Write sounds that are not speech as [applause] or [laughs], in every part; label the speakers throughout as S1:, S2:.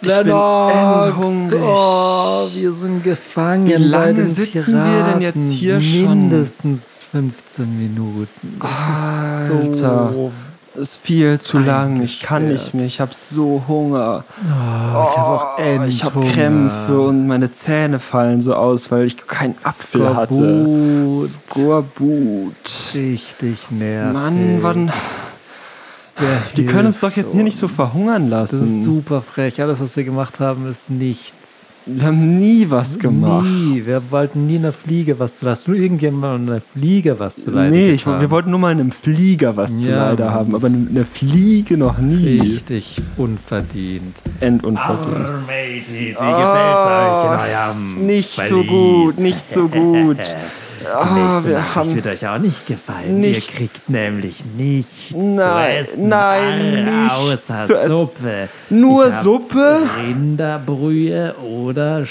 S1: Lennox.
S2: Ich bin endhungrig.
S1: Oh, wir sind gefangen.
S2: Wie lange
S1: bei den
S2: sitzen wir denn jetzt
S1: Piraten.
S2: hier schon?
S1: Mindestens 15 Minuten. Das ist so-
S2: Alter. Das ist viel zu lang. Ich kann nicht
S1: Eingesperrt.
S2: mehr. Ich habe so Hunger.
S1: Oh, ich habe auch
S2: Oh,
S1: Endhunger.
S2: ich habe Krämpfe und meine Zähne fallen so aus, weil ich keinen Apfel hatte.
S1: Skorbut.
S2: Skorbut.
S1: Richtig nervig.
S2: Mann, wann,
S1: Wer
S2: die können uns
S1: hilft
S2: doch jetzt hier nicht so
S1: uns?
S2: verhungern
S1: Das ist
S2: lassen.
S1: super frech. Alles, was wir gemacht haben, ist nichts.
S2: Wir haben nie was gemacht.
S1: Nie. Wir wollten nie in der Fliege was zu leisten. Hast du irgendjemandem in der Fliege was zu leisten?
S2: Nee, ich, wir wollten nur mal einen Flieger was zu
S1: Ja,
S2: leider
S1: Mann,
S2: haben,
S1: das-
S2: aber eine Fliege noch nie.
S1: Richtig unverdient.
S2: Endunverdient.
S3: Mateys, wie gefällt's
S2: Ah,
S3: euch in
S2: ist
S3: eurem
S2: nicht so
S3: Verlies?
S2: gut, nicht so gut.
S3: Die
S2: Ah,
S3: nächste
S2: wir
S3: Nachricht
S2: haben
S3: wird euch auch nicht gefallen.
S2: nichts.
S3: Ihr kriegt nämlich nichts
S2: Nein,
S3: zu essen.
S2: nein,
S3: Arr,
S2: nichts
S3: außer
S2: zu essen.
S3: Suppe.
S2: Nur
S3: Ich hab
S2: Suppe?
S3: Rinderbrühe oder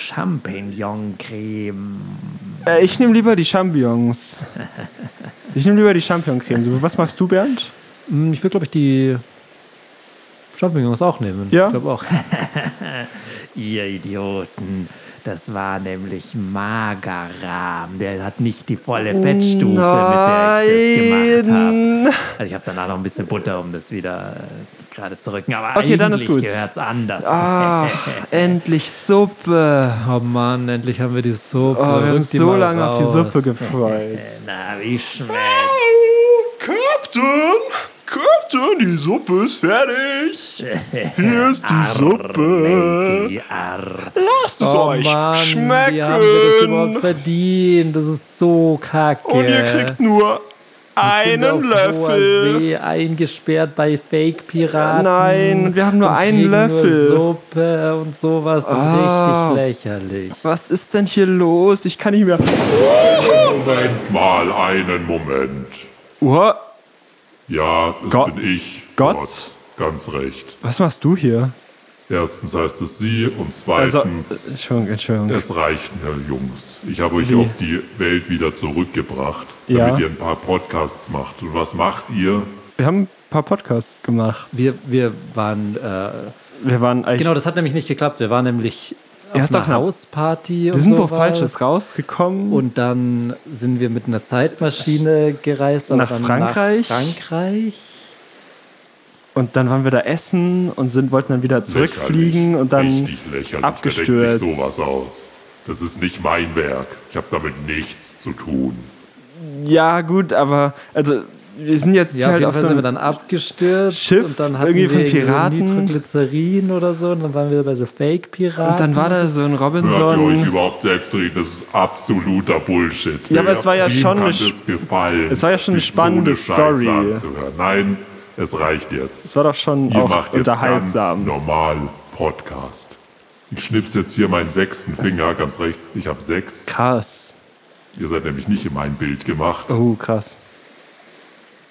S3: Champignoncreme.
S2: Äh, ich nehme lieber die Champignons. Ich nehme lieber die Champignoncreme. Was machst du, Bernd?
S1: Hm, Ich würde, glaube ich, die Champignons auch nehmen.
S2: Ja?
S1: Ich glaube auch.
S3: [laughs] Ihr Idioten. Das war nämlich Magerrahm. Der hat nicht die volle Fettstufe, mit der ich das
S2: Nein.
S3: gemacht habe. Also ich habe danach noch ein bisschen Butter, um das wieder äh, gerade zu rücken. Aber
S2: Okay,
S3: eigentlich
S2: dann ist gut.
S3: gehört es anders.
S2: Ah, endlich Suppe.
S1: Oh Mann, endlich haben wir die Suppe.
S2: Oh, wir haben
S1: Rück die
S2: so
S1: mal
S2: lange auf die
S1: raus.
S2: Suppe gefreut.
S3: Na, wie schmeckt?
S4: Captain! Captain, die Suppe ist fertig! Hier ist die Suppe!
S3: Matey, arr.
S4: Lasst es
S1: Oh
S4: euch
S1: Mann, wie haben wir das überhaupt
S4: schmecken!
S1: verdient? Das ist so kacke.
S4: Und ihr kriegt nur
S1: Sind wir auf
S4: einen
S1: Hoher
S4: Löffel!
S1: See eingesperrt bei Fake-Piraten.
S2: Nein, wir haben nur
S1: und
S2: einen
S1: kriegen
S2: Löffel.
S1: Nur Suppe und sowas ist
S2: Ah.
S1: richtig lächerlich.
S2: Was ist denn hier los? Ich kann nicht mehr.
S4: Moment mal einen Moment.
S2: Uah,
S4: Ja, das
S2: Gott-
S4: bin ich.
S2: Gott?
S4: Ganz recht.
S2: was machst du hier?
S4: Erstens heißt es sie und
S2: Also,
S4: zweitens,
S2: äh, Entschuldigung, Entschuldigung.
S4: es reicht, Herr Jungs. Ich habe euch auf die Welt wieder zurückgebracht,
S2: Ja.
S4: damit ihr ein paar Podcasts macht. Und was macht ihr?
S2: Wir haben ein paar Podcasts gemacht.
S1: Wir, wir waren, äh,
S2: Wir waren eigentlich.
S1: genau, das hat nämlich nicht geklappt. Wir waren nämlich
S2: Erst
S1: auf
S2: auf einer-
S1: einer Hausparty und
S2: wir sind wo
S1: sowas.
S2: Falsches rausgekommen.
S1: Und dann sind wir mit einer Zeitmaschine gereist. aber
S2: Nach
S1: dann
S2: Frankreich?
S1: Nach Frankreich.
S2: Und dann waren wir da essen und sind, wollten dann wieder zurückfliegen
S4: Lächerlich.
S2: und dann
S4: Richtig lächerlich. Da
S2: abgestürzt.
S4: denkt sich sowas aus. Das ist nicht mein Werk. Ich habe damit nichts zu tun.
S2: Ja, gut, aber also wir sind jetzt
S1: Ja, auf
S2: halt
S1: jeden
S2: auf
S1: Fall
S2: so
S1: sind wir
S2: einem,
S1: dann abgestürzt
S2: Schiff,
S1: und dann hatten
S2: irgendwie von
S1: wir
S2: Piraten.
S1: Nitroglycerin oder so und dann waren wir bei so Fake-Piraten.
S2: und dann war da so ein
S4: Hört ihr euch
S2: Robinson.
S4: überhaupt selbst reden? Das ist absoluter Bullshit.
S2: Ja, aber
S4: Wer-
S2: es war ja
S4: wem
S2: schon
S4: hat
S2: eine
S4: es
S2: sch-
S4: gefallen.
S2: es war ja schon eine
S4: sich
S2: spannende
S4: so eine Scheiße
S2: Story.
S4: Anzuhören. Nein, es reicht jetzt.
S2: Das war doch schon
S4: Ihr
S2: auch
S4: macht jetzt ganz
S2: unterhaltsam.
S4: normal Podcast. Ich schnips jetzt hier meinen sechsten Finger, ganz recht, ich habe sechs.
S2: Krass.
S4: Ihr seid nämlich nicht in mein Bild gemacht.
S2: Oh, krass.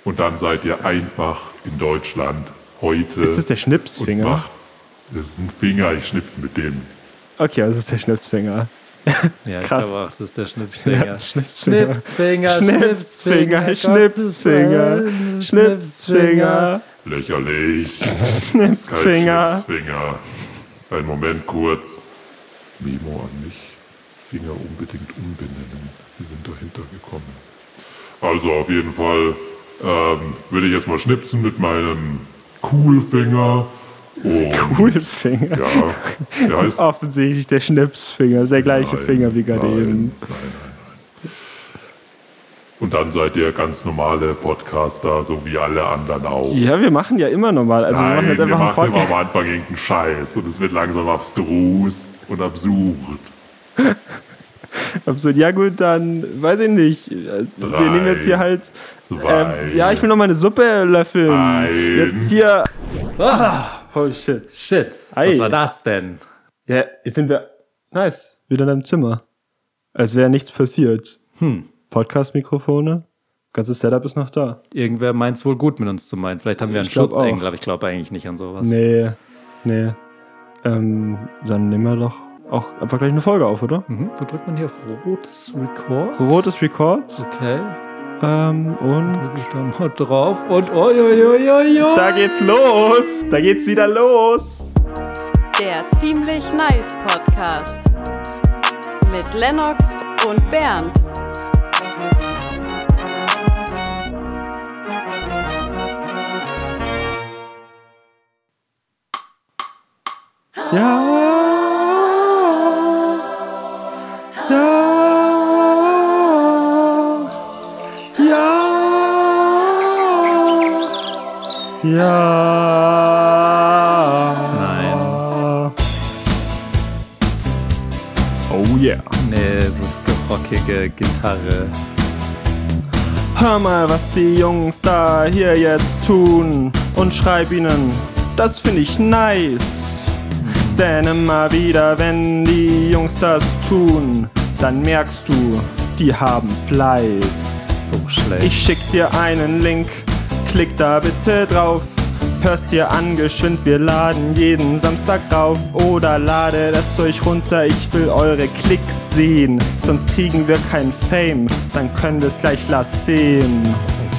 S4: Und dann seid ihr einfach in Deutschland heute.
S2: Ist das der
S4: Äh, und
S2: Schnipsfinger?
S4: macht. Das ist ein Finger, ich schnips mit dem.
S2: Okay, das ist der Schnipsfinger.
S1: ja,
S2: krass.
S1: Ich glaube auch, das ist der Schnipsfinger.
S2: Ja, Schnipsfinger.
S1: Schnipsfinger,
S2: Schnipsfinger, Schnipsfinger,
S1: Gottes Willen,
S2: Schnipsfinger, [laughs]
S4: Lächerlich.
S2: Schnipsfinger.
S4: Finger. Einen Moment kurz. Memo an mich. Finger unbedingt umbenennen. Sie sind dahinter gekommen. Also auf jeden Fall ähm, will ich jetzt mal schnipsen mit meinem Coolfinger. Und
S2: Coolfinger.
S4: Ja, der heißt
S2: Offensichtlich der Schnipsfinger, ist der gleiche
S4: Nein,
S2: Finger wie gerade
S4: nein,
S2: eben.
S4: Nein, nein, nein. Und dann seid ihr ganz normale Podcaster, so wie alle anderen auch.
S2: Ja, wir machen ja immer normal. Also wir
S4: Nein,
S2: machen jetzt
S4: wir
S2: einfach einen
S4: machen immer
S2: Podcast.
S4: am Anfang irgendeinen Scheiß und es wird langsam abstrus und absurd.
S2: Absurd. Ja gut, dann weiß ich nicht. Also,
S4: Drei,
S2: wir nehmen jetzt hier halt.
S4: Zwei.
S2: Ähm, ja, ich will noch meine Suppe löffeln.
S4: Eins.
S2: Jetzt hier. Ah, oh shit.
S1: Shit,
S2: Ei.
S1: was war das denn?
S2: Ja, jetzt sind wir. Nice. Wieder in deinem Zimmer. Als wäre nichts passiert. Hm. Podcast-Mikrofone. Ganzes Setup ist noch da.
S1: Irgendwer meint es wohl gut mit uns zu meinen. Vielleicht haben wir einen
S2: Ich glaub
S1: Schutzengel,
S2: auch.
S1: aber ich glaube eigentlich nicht an sowas.
S2: Nee. Nee. Ähm, dann nehmen wir doch auch einfach gleich eine Folge auf, oder?
S1: Mhm. Wo drückt man hier auf rotes Record?
S2: Rotes Record.
S1: Okay,
S2: Ähm, und.
S1: drücke ich da mal drauf und oi, oi, oi, oi, oi.
S2: Da geht's los! Da geht's wieder los!
S5: Der Ziemlich Nice Podcast. Mit Lennox und Bernd.
S1: Nein.
S2: Oh yeah.
S1: Nee, so rockige Gitarre.
S2: Hör mal, was die Jungs da hier jetzt tun und schreib ihnen, das finde ich nice. Denn immer wieder, wenn die Jungs das tun, dann merkst du, die haben Fleiß.
S1: So schlecht.
S2: Ich schick dir einen Link, klick da bitte drauf. Hörst dir an, geschwind, wir laden jeden Samstag drauf. Oder lade das Zeug runter, ich will eure Klicks sehen. Sonst kriegen wir kein Fame, dann können wir es gleich lassen.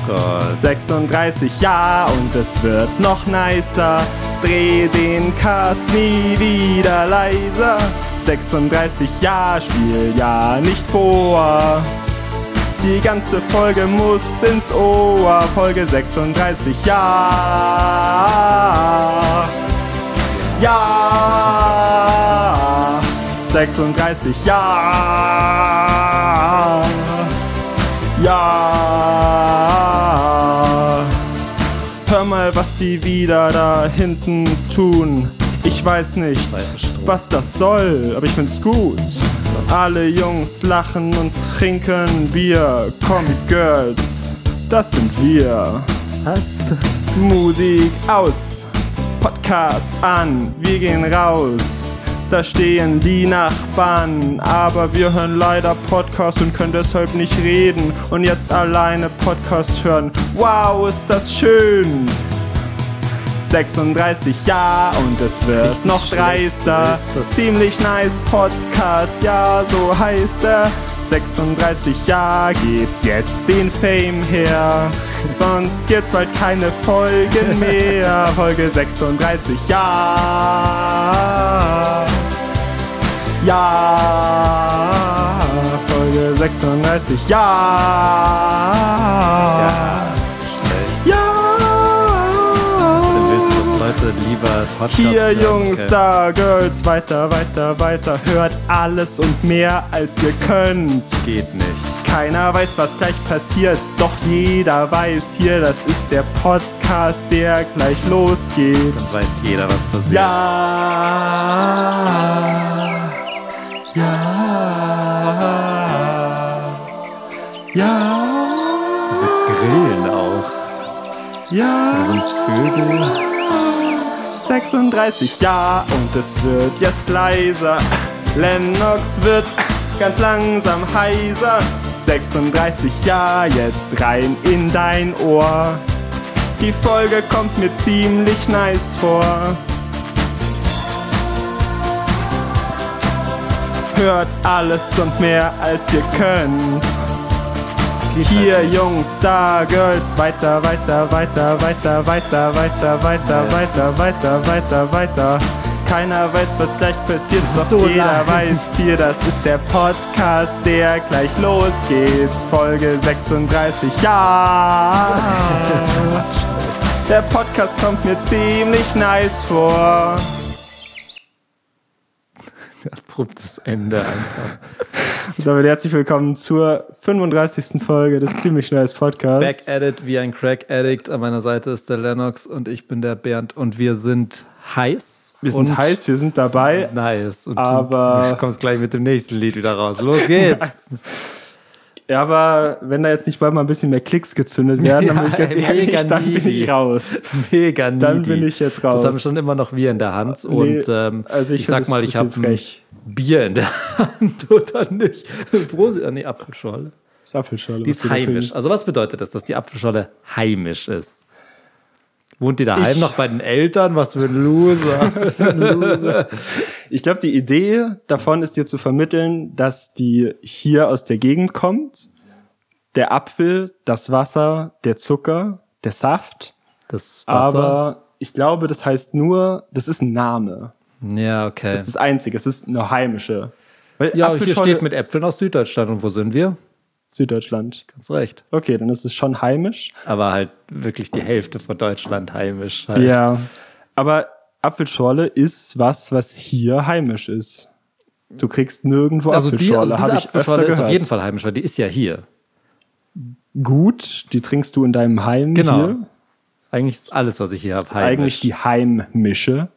S1: oh Gott.
S2: 36 ja und es wird noch nicer. Dreh den Cast nie wieder leiser. 36 ja, spiel ja nicht vor. Die ganze Folge muss ins Ohr. Folge 36 ja. Ja. 36 ja. Ja. Hör mal, was die wieder da hinten tun. Ich weiß nicht, was das soll, aber ich find's gut. Alle Jungs lachen und trinken Bier. Komm, Girls, das sind wir.
S1: Was?
S2: Musik aus, Podcast an, wir gehen raus. Da stehen die Nachbarn, aber wir hören leider Podcast und können deshalb nicht reden und jetzt alleine Podcast hören. Wow, ist das schön! 36 Ja und es wird noch dreister.
S1: ist das.
S2: Ziemlich nice Podcast, ja, so heißt er. 36 Ja, gebt jetzt den Fame her. Sonst gibt's bald keine [laughs] Folgen mehr. Folge 36 Ja. Ja. Folge 36 Ja.
S1: Ja, so schlecht.
S2: Ja.
S1: Dann willst du, dass Leute lieber Podcast
S2: Hier
S1: hören,
S2: Jungs,
S1: gell?
S2: da Girls, weiter, weiter, weiter. Hört alles und mehr als ihr könnt.
S1: Geht nicht.
S2: Keiner weiß, was gleich passiert, doch jeder weiß hier, das ist der Podcast, der gleich losgeht.
S1: Dann weiß jeder, was passiert.
S2: Ja. Ja. Ja.
S1: Diese Grillen auch.
S2: Ja.
S1: Sind Vögel?
S2: 36 Ja und es wird jetzt leiser. Lennox wird ganz langsam heiser. 36 Ja, jetzt rein in dein Ohr. Die Folge kommt mir ziemlich nice vor. Hört alles und mehr als ihr könnt. Hier Jungs, da Girls, weiter, weiter, weiter, weiter, weiter, weiter, weiter, weiter, weiter, weiter, weiter. Keiner weiß, was gleich passiert, doch jeder weiß hier, das ist der Podcast, der gleich losgeht. Folge 36, ja. Der Podcast kommt mir ziemlich nice vor.
S1: Abruptes Ende einfach.
S2: Damit herzlich willkommen zur 35. Folge des ziemlich nice Podcasts.
S1: Back at it wie ein Crack Addict. An meiner Seite ist der Lennox und ich bin der Bernd und wir sind heiß.
S2: wir sind
S1: und
S2: heiß, wir sind dabei.
S1: Nice. Und
S2: aber-
S1: du kommst gleich mit dem nächsten Lied wieder raus.
S2: [laughs]
S1: Los geht's.
S2: Ja, aber wenn da jetzt nicht bald mal ein bisschen mehr Klicks gezündet werden, dann bin ich
S1: [laughs]
S2: ganz
S1: Ja,
S2: ehrlich,
S1: mega
S2: dann bin
S1: needy.
S2: ich raus.
S1: Mega needy.
S2: Dann bin ich jetzt raus.
S1: Das haben schon immer noch wir in der Hand. Und
S2: Nee,
S1: ähm,
S2: also ich
S1: ich sag
S2: find
S1: mal,
S2: das
S1: ich
S2: ein
S1: habe
S2: bisschen
S1: ein
S2: frech.
S1: Bier in der Hand [laughs] oder nicht. Prosit, ah, nee, Apfelschorle.
S2: Das ist Apfelschorle.
S1: Die ist heimisch. Also was bedeutet das, dass die Apfelschorle heimisch ist? Wohnt die daheim
S2: Ich-
S1: noch bei den Eltern? Was für ein Loser.
S2: ich glaube, die Idee davon ist dir zu vermitteln, dass die hier aus der Gegend kommt. Der Apfel, das Wasser, der Zucker, der Saft. [laughs]
S1: Das Wasser.
S2: Aber ich glaube, das heißt nur, das ist ein Name.
S1: Ja, okay.
S2: Das ist das Einzige. Es ist eine heimische. Weil
S1: ja, hier
S2: Apfelschorle-
S1: steht mit Äpfeln aus Süddeutschland. Und wo sind wir?
S2: Süddeutschland.
S1: Ganz recht.
S2: Okay, dann ist es schon heimisch.
S1: Aber halt wirklich die Hälfte von Deutschland heimisch. Halt.
S2: Ja. Aber Apfelschorle ist was, was hier heimisch ist. Du kriegst nirgendwo
S1: Also, die,
S2: Apfelschorle,
S1: also diese
S2: habe ich
S1: Apfelschorle
S2: öfter
S1: ist
S2: gehört.
S1: auf jeden Fall heimisch, weil die ist ja hier.
S2: Gut, die trinkst du in deinem Heim
S1: Genau.
S2: hier.
S1: Eigentlich ist alles, was ich hier habe, heimisch. Mhm.
S2: Eigentlich die Heimmische.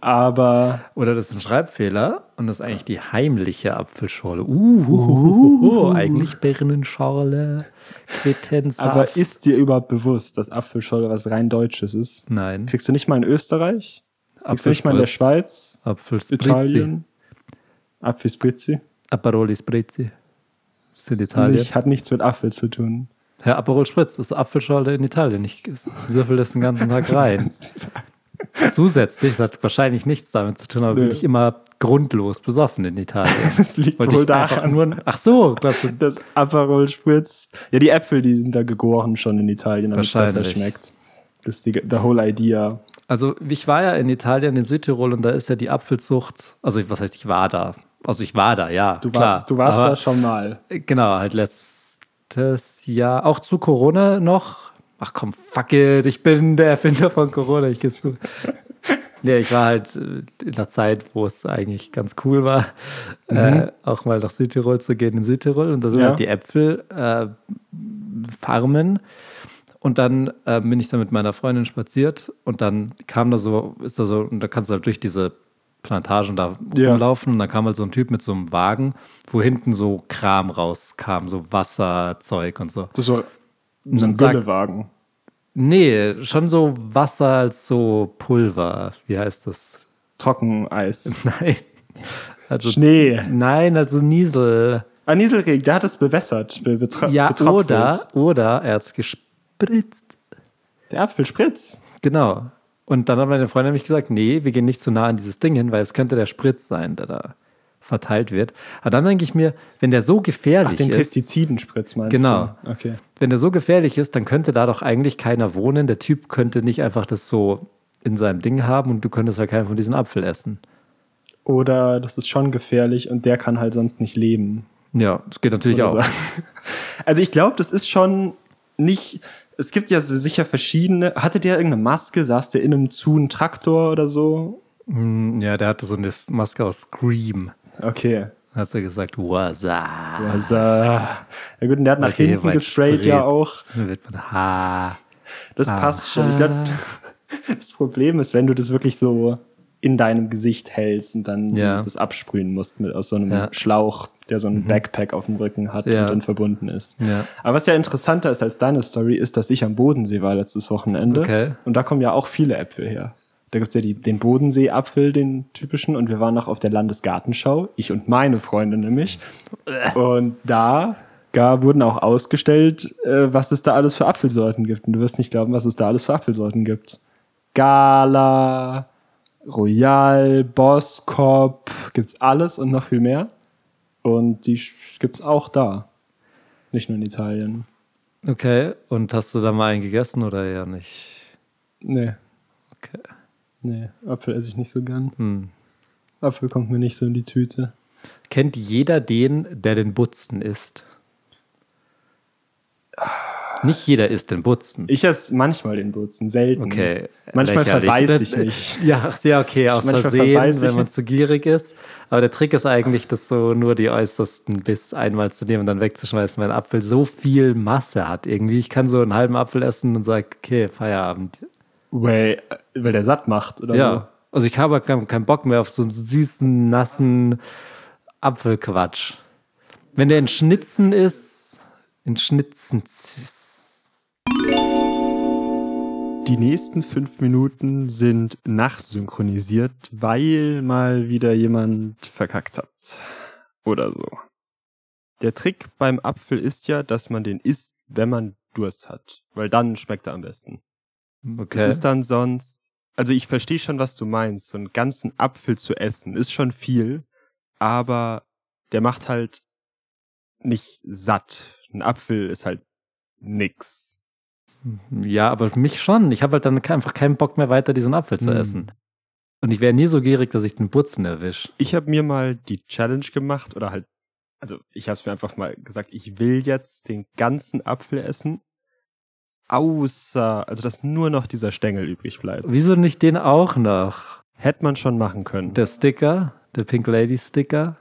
S2: Aber
S1: Oder das ist ein Schreibfehler und das ist eigentlich die heimliche Apfelschorle. Uh, eigentlich Birnenschorle, Quittensaft.
S2: Aber ist dir überhaupt bewusst, dass Apfelschorle was rein Deutsches ist?
S1: Nein.
S2: Kriegst du nicht mal in Österreich? Kriegst du nicht mal in der Schweiz?
S1: Apfelspritzi.
S2: Italien? Apfelspritzi?
S1: Aperol Spritzi. Das ist in Italien.
S2: Nicht, hat nichts mit Apfel zu tun. [laughs]
S1: Herr Aperol Spritz ist Apfelschorle in Italien. Ich süffel das den ganzen Tag
S2: [laughs]
S1: rein. Zusätzlich, das hat wahrscheinlich nichts damit zu tun, aber
S2: Nö.
S1: bin ich immer grundlos besoffen in
S2: [laughs]
S1: Italien.
S2: Das liegt
S1: Wollte
S2: wohl
S1: ich einfach
S2: daran,
S1: nur. Ach so, klasse.
S2: dass Aperol Spritz... Ja, die Äpfel, die sind da gegoren schon in Italien, damit es besser
S1: Wahrscheinlich.
S2: schmeckt. Das ist die the whole idea.
S1: Also ich war ja in Italien, in Südtirol und da ist ja die Apfelzucht, also was heißt, ich war da. Also ich war da, ja,
S2: Du,
S1: klar.
S2: war, du warst
S1: Aber-
S2: da schon mal.
S1: Genau, halt letztes Jahr, auch zu Corona noch. Ach komm, fuck it, ich bin der Erfinder von Corona, ich geh's
S2: [laughs]
S1: zu. Nee, ich war halt äh, in der Zeit, wo es eigentlich ganz cool war, äh, auch mal nach Südtirol zu gehen, in Südtirol. Und da sind
S2: Mhm. Ja.
S1: halt die Äpfel, äh, Farmen. Und dann äh, bin ich da mit meiner Freundin spaziert und dann kam da so, ist da so, und da kannst du halt durch diese Plantagen da
S2: Ja.
S1: rumlaufen und dann kam halt so ein Typ mit so einem Wagen, wo hinten so Kram rauskam, so Wasserzeug und so.
S2: Das war so
S1: dann
S2: ein
S1: sagt-
S2: Güllewagen.
S1: Nee, schon so Wasser als so Pulver. Wie heißt das? [laughs]
S2: Trockeneis.
S1: Nein. Also,
S2: Schnee.
S1: Nein, also Niesel.
S2: Ah, Nieselregen, der hat es bewässert, be betra-
S1: Ja,
S2: betropft.
S1: oder, oder er hat es gespritzt.
S2: Der Apfelspritz.
S1: Genau. Und dann hat meine Freundin nämlich gesagt, nee, wir gehen nicht zu nah an dieses Ding hin, weil es könnte der Spritz sein, der da verteilt wird. Aber dann denke ich mir, wenn der so gefährlich
S2: Ach, den
S1: ist,
S2: Pestizidenspritz meinst
S1: Genau.
S2: du? Okay.
S1: wenn der so gefährlich ist, dann könnte da doch eigentlich keiner wohnen. Der Typ könnte nicht einfach das so in seinem Ding haben und du könntest halt keinen von diesen Apfel essen.
S2: Oder das ist schon gefährlich und der kann halt sonst nicht leben.
S1: Ja, das geht natürlich auch.
S2: Oder so. [laughs] Also ich glaube, das ist schon nicht. Es gibt ja so sicher verschiedene. Hatte der irgendeine Maske? Saß der in einem zu einem Traktor oder so?
S1: Ja, der hatte so eine Maske aus Scream.
S2: Okay.
S1: Dann hat er gesagt, Waza.
S2: Also, ja gut, und der hat nach hinten gesprayt ja auch.
S1: Dann wird man ha.
S2: Das passt schon. Ich glaube, [laughs] das Problem ist, wenn du das wirklich so in deinem Gesicht hältst und dann
S1: Ja.
S2: das absprühen musst mit aus so einem
S1: Ja. Mhm.
S2: Schlauch, der so einen Backpack auf dem Rücken hat
S1: Ja.
S2: und dann verbunden ist.
S1: Ja.
S2: Aber was ja interessanter ist als deine Story, ist, dass ich am Bodensee war letztes Wochenende.
S1: Okay.
S2: Und da kommen ja auch viele Äpfel her. Da gibt's ja die, den Bodensee-Apfel, den typischen, und wir waren noch auf der Landesgartenschau, ich und meine Freundin nämlich. Und da gar wurden auch ausgestellt, äh, was es da alles für Apfelsorten gibt. Und du wirst nicht glauben, was es da alles für Apfelsorten gibt. Gala, Royal, Boskop, gibt's alles und noch viel mehr. Und die sch- gibt's auch da. Nicht nur in Italien.
S1: Okay, und hast du da mal einen gegessen oder eher nicht?
S2: Nee,
S1: Okay. Hm.
S2: nee, Apfel esse ich nicht so gern. Apfel kommt mir nicht so in die Tüte.
S1: Kennt jeder den, der den Butzen isst? Nicht jeder isst den Butzen.
S2: Ich esse manchmal den Wurzen, selten.
S1: Okay.
S2: Manchmal
S1: lächerlich.
S2: verbeiß ich
S1: Das-
S2: mich.
S1: [laughs] Ja, ach, ja, okay, aus
S2: Manchmal verbeiß
S1: Versehen,
S2: ich
S1: wenn man
S2: mich.
S1: zu gierig ist. Aber der Trick ist eigentlich, das so nur die äußersten Biss einmal zu nehmen und dann wegzuschmeißen, weil ein Apfel so viel Masse hat irgendwie. Ich kann so einen halben Apfel essen und sage, okay, Feierabend.
S2: Weil, weil der satt macht, oder?
S1: Ja. Also ich habe keinen keinen Bock mehr auf so einen süßen, nassen Apfelquatsch. Wenn der in Schnitzen ist, in Schnitzen.
S2: Die nächsten fünf Minuten sind nachsynchronisiert, weil mal wieder jemand verkackt hat. Oder so. Der Trick beim Apfel ist ja, dass man den isst, wenn man Durst hat. Weil dann schmeckt er am besten.
S1: Okay.
S2: Das ist dann sonst. Also ich verstehe schon, was du meinst. So einen ganzen Apfel zu essen ist schon viel, aber der macht halt nicht satt. Ein Apfel ist halt nix.
S1: ja, aber mich schon. Ich habe halt dann ke- einfach keinen Bock mehr weiter, diesen Apfel zu
S2: Hm.
S1: essen. Und ich wäre nie so gierig, dass ich den Butzen erwische.
S2: Ich habe mir mal die Challenge gemacht oder halt, also ich habe es mir einfach mal gesagt, ich will jetzt den ganzen Apfel essen, außer, also dass nur noch dieser Stängel übrig bleibt.
S1: Wieso nicht den auch noch?
S2: Hätte man schon machen können.
S1: Der Sticker, der Pink Lady Sticker,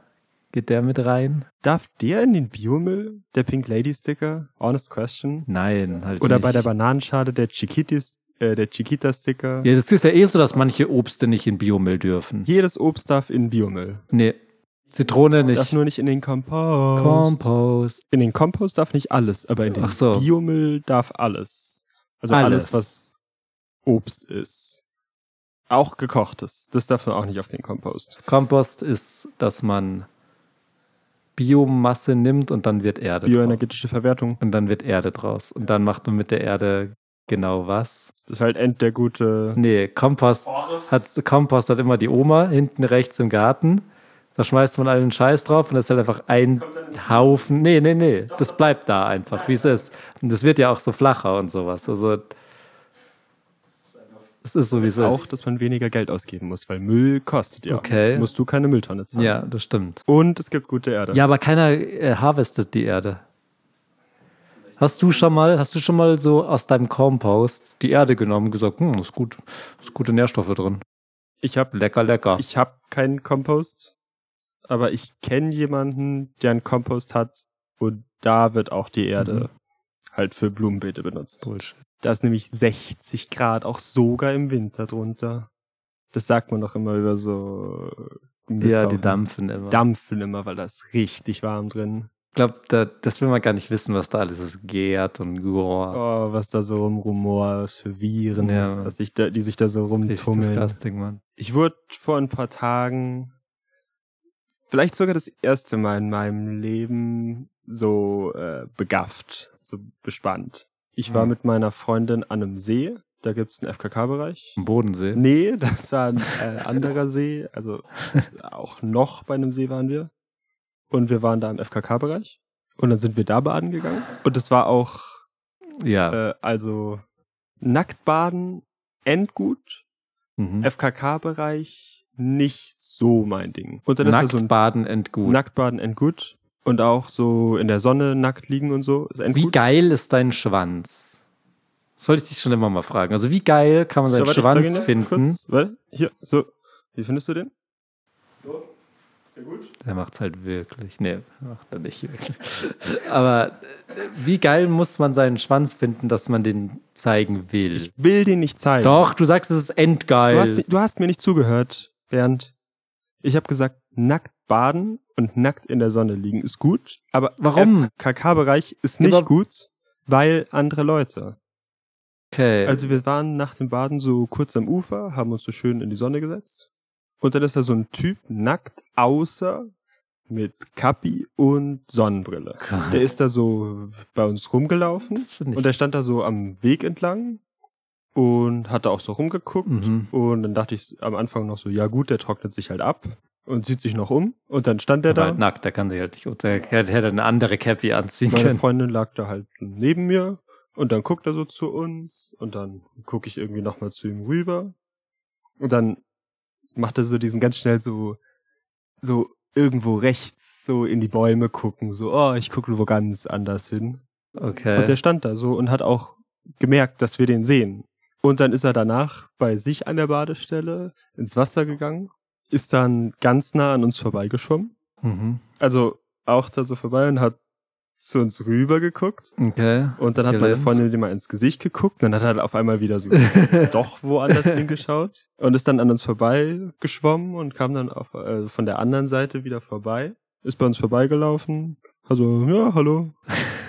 S1: geht der mit rein?
S2: Darf der in den Biomüll, der Pink Lady Sticker, Honest Question?
S1: Nein, halt
S2: Oder
S1: nicht.
S2: bei der Bananenschale der Chiquitis, äh, der Chiquita Sticker?
S1: Ja, das ist ja eh so, dass manche Obste nicht in Biomüll dürfen.
S2: Jedes Obst darf in den Biomüll.
S1: Nee, Zitrone
S2: Darf
S1: nicht.
S2: nur nicht in den Kompost.
S1: Kompost.
S2: in den Kompost darf nicht alles, aber in den
S1: Ach so.
S2: Biomüll darf alles. Also alles,
S1: Alles.
S2: was Obst ist. Auch gekochtes. Das darf man auch nicht auf den Kompost.
S1: Kompost ist, dass man Biomasse nimmt und dann wird Erde draus.
S2: Bioenergetische Verwertung.
S1: Und dann wird Erde draus. Und dann macht man mit der Erde genau was.
S2: Das ist halt end der gute.
S1: Nee, Kompost hat, Kompost hat immer die Oma hinten rechts im Garten. Da schmeißt man allen Scheiß drauf und das ist halt einfach ein Haufen. Nee, nee, nee. Das bleibt da einfach, wie es ist. Und das wird ja auch so flacher und sowas. Also, es ist so, wie es ist.
S2: Auch, dass man weniger Geld ausgeben muss, weil Müll kostet ja.
S1: Okay.
S2: Musst du keine Mülltonne zahlen.
S1: ja, das stimmt.
S2: Und es gibt gute Erde.
S1: Ja, aber keiner äh, harvestet die Erde. Hast du schon mal, hast du schon mal so aus deinem Compost die Erde genommen und gesagt, hm, ist gut, ist gute Nährstoffe drin.
S2: Ich habe
S1: Lecker, lecker.
S2: ich hab keinen Kompost, aber ich kenne jemanden, der einen Kompost hat, wo da wird auch die Erde halt für Blumenbeete benutzt.
S1: Mhm. Bullshit.
S2: Da ist nämlich 60 Grad, auch sogar im Winter drunter. Das sagt man doch immer über so Mist
S1: Ja,
S2: auch.
S1: die dampfen immer.
S2: Dampfen immer, weil da ist richtig warm drin.
S1: Ich glaube, da, das will man gar nicht wissen, was da alles ist. Gärt und Goa.
S2: Oh, was da so rumrumort, was für Viren,
S1: Ah. Ja.
S2: dass sich da, die sich da so
S1: Richtig
S2: rumtummeln.
S1: disgusting, Mann.
S2: Ich wurde vor ein paar Tagen, vielleicht sogar das erste Mal in meinem Leben, so äh, begafft, so bespannt. Ich war mit meiner Freundin an einem See, da gibt's einen FKK-Bereich.
S1: Am Bodensee.
S2: Nee, das war ein äh, anderer See. Also auch noch bei einem See waren wir. Und wir waren da im FKK-Bereich. Und dann sind wir da baden gegangen. Und es war auch,
S1: Ja.
S2: äh, also Nacktbaden, endgut.
S1: mhm.
S2: FKK-Bereich, nicht so mein Ding. Und dann ist da so ein
S1: Nacktbaden entgut.
S2: Nacktbaden, endgut. Und auch so in der Sonne nackt liegen und so ist
S1: Wie
S2: endgut.
S1: geil ist dein Schwanz? Sollte ich dich schon immer mal fragen. Also wie geil kann man
S2: So,
S1: seinen
S2: warte, ich zeig
S1: Schwanz
S2: ihn dir
S1: finden?
S2: Kurz, warte, hier, so. Wie findest du den?
S1: Der macht's halt wirklich. Nee, macht er nicht wirklich. [laughs] Aber äh, wie geil muss man seinen Schwanz finden, dass man den zeigen will?
S2: Will den nicht zeigen.
S1: Doch, du sagst, es ist endgeil.
S2: Du hast, du hast mir nicht zugehört, Bernd. Ich habe gesagt, nackt baden und nackt in der Sonne liegen ist gut, aber
S1: Warum?
S2: KK-Bereich ist nicht
S1: Aber-
S2: gut, weil andere Leute.
S1: okay.
S2: Also wir waren nach dem Baden so kurz am Ufer, haben uns so schön in die Sonne gesetzt und dann ist da so ein Typ nackt, außer mit Kappi und Sonnenbrille. Der ist da so bei uns rumgelaufen
S1: Das finde ich-
S2: und der stand da so am Weg entlang und hat da auch so rumgeguckt
S1: Mhm.
S2: und dann dachte ich am Anfang noch so, ja gut, der trocknet sich halt ab und sieht sich noch um. Und dann stand der
S1: Aber
S2: da.
S1: halt nackt, da kann sich halt nicht unter. Er hätte hätte eine andere Cappy anziehen
S2: Meine
S1: können.
S2: Freundin lag da halt neben mir und dann guckt er so zu uns und dann gucke ich irgendwie nochmal zu ihm rüber. Und dann macht er so diesen ganz schnell so, so irgendwo rechts, so in die Bäume gucken, so, oh, ich gucke wo ganz anders hin. Und
S1: Okay.
S2: der stand da so und hat auch gemerkt, dass wir den sehen. Und dann ist er danach bei sich an der Badestelle ins Wasser gegangen, ist dann ganz nah an uns vorbeigeschwommen.
S1: Mhm.
S2: Also auch da so vorbei und hat zu uns rüber geguckt. [laughs]
S1: Okay.
S2: Und dann hat meine
S1: Gelenz.
S2: Freundin dem mal ins Gesicht geguckt. Und dann hat er auf einmal wieder so [laughs] doch
S1: [laughs]
S2: woanders hingeschaut und ist dann an uns vorbei geschwommen und kam dann auf, äh, von der anderen Seite wieder vorbei. Ist bei uns vorbeigelaufen. Also, ja, hallo.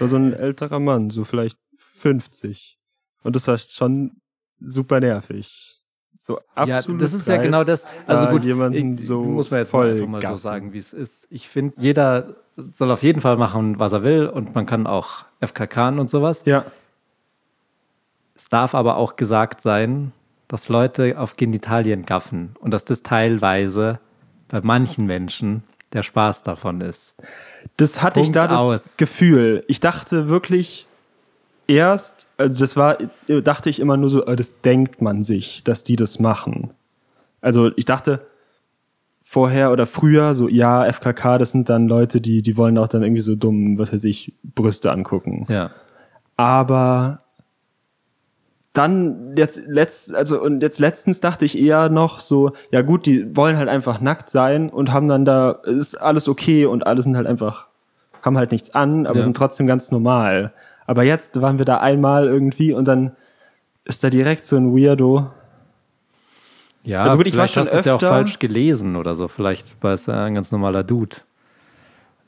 S2: War
S1: [laughs]
S2: so ein älterer Mann, so vielleicht 50. Und das war schon super nervig. So
S1: Ja,
S2: absolut.
S1: das ist ja genau das. Also
S2: da
S1: gut,
S2: jemanden
S1: ich,
S2: so
S1: muss man jetzt
S2: voll
S1: mal einfach mal so
S2: gaffen.
S1: sagen, wie es ist. Ich finde, jeder soll auf jeden Fall machen, was er will und man kann auch FKK und sowas.
S2: Ja,
S1: Es darf aber auch gesagt sein, dass Leute auf Genitalien gaffen und dass das teilweise bei manchen Menschen der Spaß davon ist.
S2: Das hatte ich
S1: Punkt
S2: da das
S1: aus.
S2: Gefühl. Ich dachte wirklich erst, oh, also das war, dachte ich immer nur so, äh, das denkt man sich, dass die das machen. Also ich dachte vorher oder früher so, ja, FKK, das sind dann Leute, die, die wollen auch dann irgendwie so dumm, was weiß ich, Brüste angucken.
S1: Ja.
S2: Aber dann jetzt letzt, also und jetzt letztens dachte ich eher noch so, ja gut, die wollen halt einfach nackt sein und haben dann da ist alles okay und alle sind halt einfach haben halt nichts an, aber
S1: Ja.
S2: sind trotzdem ganz normal. Aber jetzt waren wir da einmal irgendwie und dann ist da direkt so ein Weirdo.
S1: Ja,
S2: Also gut, ich war
S1: vielleicht
S2: schon
S1: hast du es ja auch
S2: öfter-
S1: falsch gelesen oder so. Vielleicht war es ja ein ganz normaler Dude.